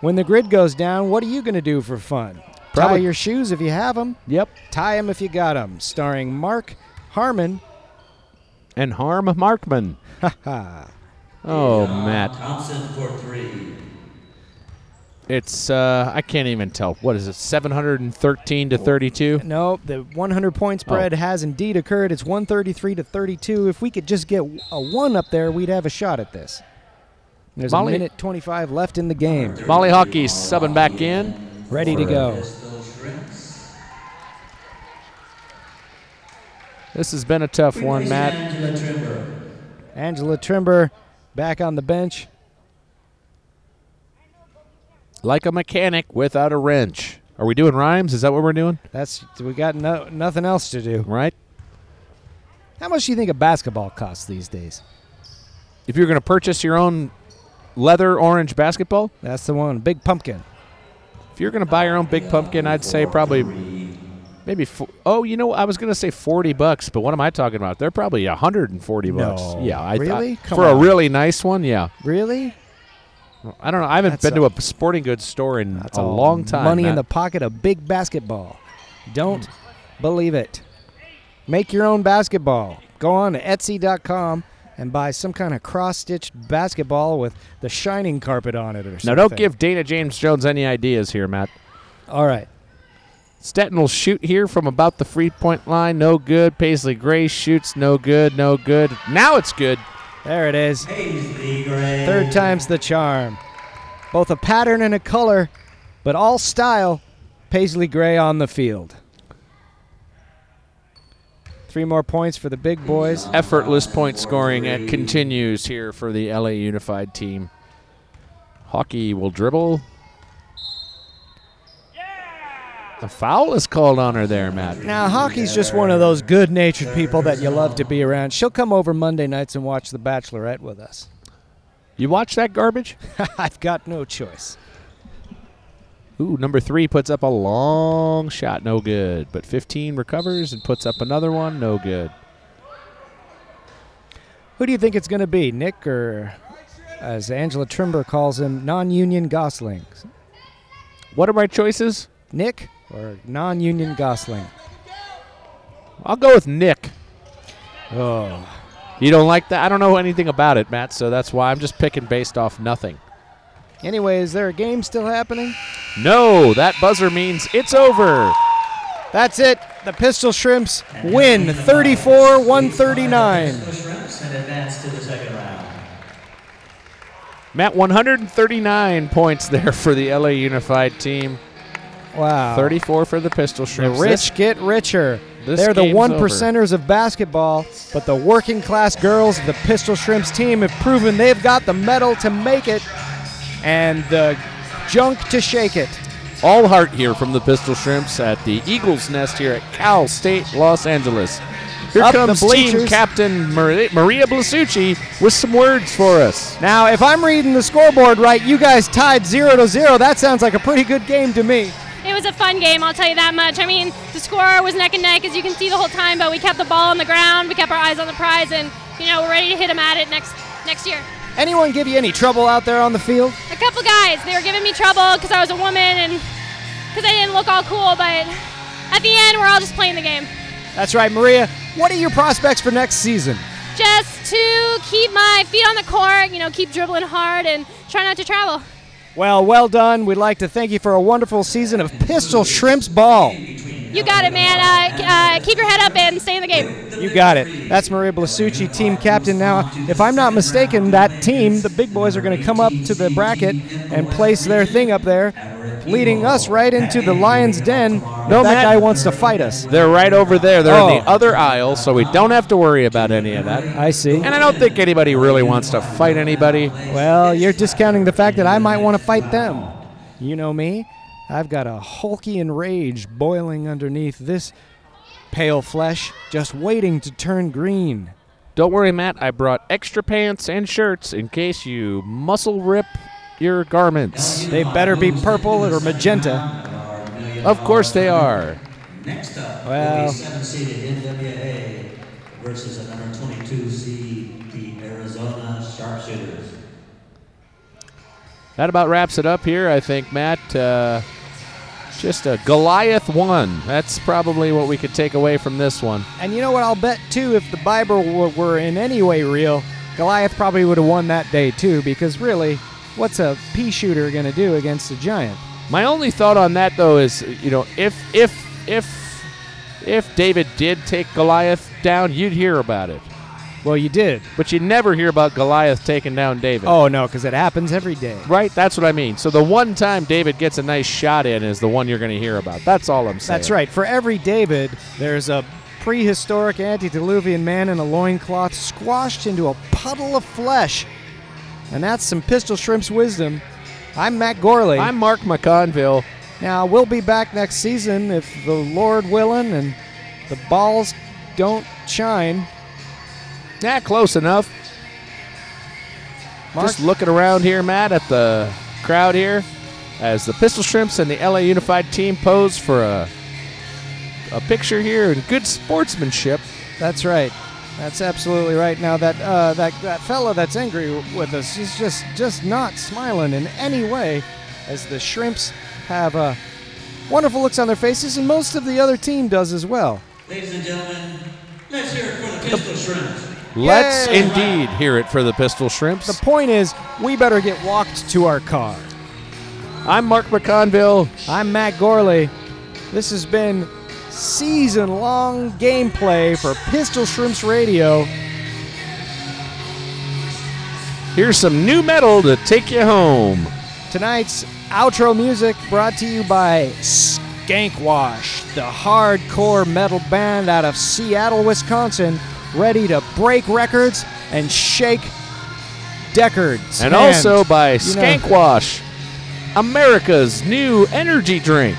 When the grid goes down, what are you going to do for fun?
Probably-
Tie your shoes if you have them.
Yep.
Tie 'em if you got 'em. Starring Mark Harmon.
And Harm Markman. oh, Matt.
Thompson for three.
It's, uh, I can't even tell. What is it, 713 to 32?
No, the 100
Oh.
point spread has indeed occurred. It's 133 to 32. If we could just get a one up there, we'd have a shot at this. There's
Molly-
a minute 25 left in the game.
Molly Hockey's subbing back in.
Ready to go.
This has been a tough one, Matt.
Angela Trimber back on the bench.
Like a mechanic without a wrench. Are we doing rhymes? Is that what we're doing?
That's we got no, nothing else to do.
Right?
How much do you think a basketball costs these days?
If you're going to purchase your own leather orange basketball,
That's the one. Big pumpkin.
if you're going to buy your own big pumpkin, I'd say probably maybe four, oh, you know, I was going to say 40 bucks, but what am I talking about? They're probably 140
No.
bucks. Yeah, I
Really?
I-
Come
for
on.
a really nice one, yeah.
Really?
I don't know. I haven't
That's
been
a-
to a sporting goods store in
That's
a
all
long time.
Oh, Money in the
Matt.
pocket of big basketball. Don't believe it. Make your own basketball. Go on to Etsy.com and buy some kind of cross-stitched basketball with the shining carpet on it or something.
Now don't give Dana James Jones any ideas here, Matt.
All right.
Stetton will shoot here from about the free point line. No good. Paisley Gray shoots. No good. No good. Now it's good.
There it is. Third time's the charm. Both a pattern and a color, but all style. Paisley Gray on the field. Three more points for the big boys.
Effortless point scoring it continues here for the LA Unified team. Hockey will dribble. A foul is called on her there, Matt.
Now, hockey's just one of those good natured people that you love to be around. She'll come over Monday nights and watch The Bachelorette with us.
You watch that garbage?
I've got no choice.
Ooh, number three puts up a long shot, no good. But 15 recovers and puts up another one, no good.
Who do you think it's going to be, Nick or, as Angela Trimber calls him, non union goslings?
What are my choices?
Nick or non-union Gosling?
I'll go with Nick.
Oh,
You don't like that? I don't know anything about it, Matt, so that's why I'm just picking based off nothing.
Anyway, is there a game still happening?
No, that buzzer means it's over.
That's it. The Pistol Shrimps win 34 139.
Pistol Shrimps and advance to the second round.
Matt, 139 points there for the LA Unified team,
Wow.
34 for the Pistol
The
Shrimps. This-
rich get richer.
this
They're the
game's
one
over.
percenters of basketball, but the working class girls of the Pistol Shrimps team have proven they've got the metal to make it and the junk to shake it.
All heart here from the Pistol Shrimps at the Eagles Nest here at Cal State, Los Angeles. Here
Up the
comes team
bleachers.
captain Maria, Maria Blasucci with some words for us.
Now, if I'm reading the scoreboard right, you guys tied 0 to 0. That sounds like a pretty good game to me.
It was a fun game, I'll tell you that much. I mean, the score was neck and neck, as you can see the whole time, but we kept the ball on the ground, we kept our eyes on the prize, and, you know, we're ready to hit them at it next next year.
Anyone give you any trouble out there on the field?
A couple guys, they were giving me trouble because I was a woman and because I didn't look all cool, but at the end, we're all just playing the game.
That's right, Maria. What are your prospects for next season?
Just to keep my feet on the court, you know, keep dribbling hard and try not to travel.
Well, well done. We'd like to thank you for a wonderful season of Pistol Shrimps Ball.
You got it, man. Uh, k- uh, keep your head up and stay in the game.
You got it. That's Maria Blasucci, team captain. Now, if I'm not mistaken, that team, the big boys, are going to come up to the bracket and place their thing up there, leading us right into the lion's den. No, that
Matt.
guy wants to fight us.
They're right over there. They're in
Oh.
the other aisle, so we don't have to worry about any of that.
I see.
And I don't think anybody really wants to fight anybody.
Well, you're discounting the fact that I might want to fight them. You know me. I've got a Hulkian rage boiling underneath this pale flesh, just waiting to turn green.
Don't worry, Matt. I brought extra pants and shirts in case you muscle rip your garments.
They better be purple or magenta.
Of course they are.
Next up,
Well.
will be seven seeded NWA versus the number 22 seed, the Arizona Sharpshooters.
That about wraps it up here, I think, Matt. Uh, just a Goliath one. That's probably what we could take away from this one.
And you know what? I'll bet too, if the Bible were, were in any way real, Goliath probably would have won that day too, because really, what's a pea shooter going to do against a giant?
My only thought on that though is, you know, if if if if David did take Goliath down, you'd hear about it.
Well, you did.
But you never hear about Goliath taking down David.
Oh no, because it happens every day.
Right, that's what I mean. So the one time David gets a nice shot in is the one you're going to hear about. That's all I'm saying.
That's right. For every David, there's a prehistoric antediluvian man in a loincloth squashed into a puddle of flesh. And that's some pistol shrimp's wisdom. I'm Matt Gorley.
I'm Mark McConville.
now, we'll be back next season if the Lord willing and the balls don't shine.
Yeah, close enough.
Mark,
Just looking around here, Matt, at the crowd here, as the Pistol Shrimps and the LA Unified team pose for a a picture here in good sportsmanship.
that's right. That's absolutely right. Now that uh, that that fella that's angry with us is just just not smiling in any way, as the shrimps have uh, wonderful looks on their faces, and most of the other team does as well.
Ladies and gentlemen, let's hear it for the Pistol Shrimps.
Let's
Yay!
indeed hear it for the Pistol
The
Shrimps.
point is, we better get walked to our car.
I'm Mark McConville.
I'm Matt Gorley. This has been season-long gameplay for Pistol Shrimps Radio.
Here's some new metal to take you home.
Tonight's outro music brought to you by Skankwash, the hardcore metal band out of Seattle, Wisconsin, ready to break records and shake Deckards.
And
hands.
also
You
by
know,
Skankwash, America's new energy drink.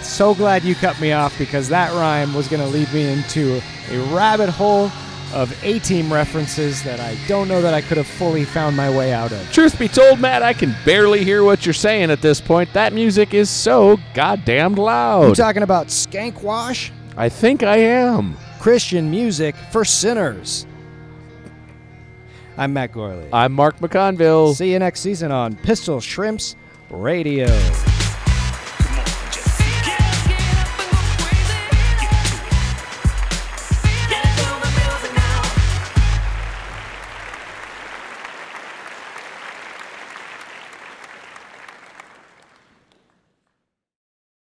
so glad you cut me off because that rhyme was going to lead me into a rabbit hole of A team references that I don't know that I could have fully found my way out of.
Truth be told, Matt, I can barely hear what you're saying at this point. That music is so goddamn
You
loud.
talking about Skankwash?
I think I am.
Christian music for sinners. I'm Matt Gorley.
I'm Mark McConville.
See you next season on Pistol Shrimps Radio.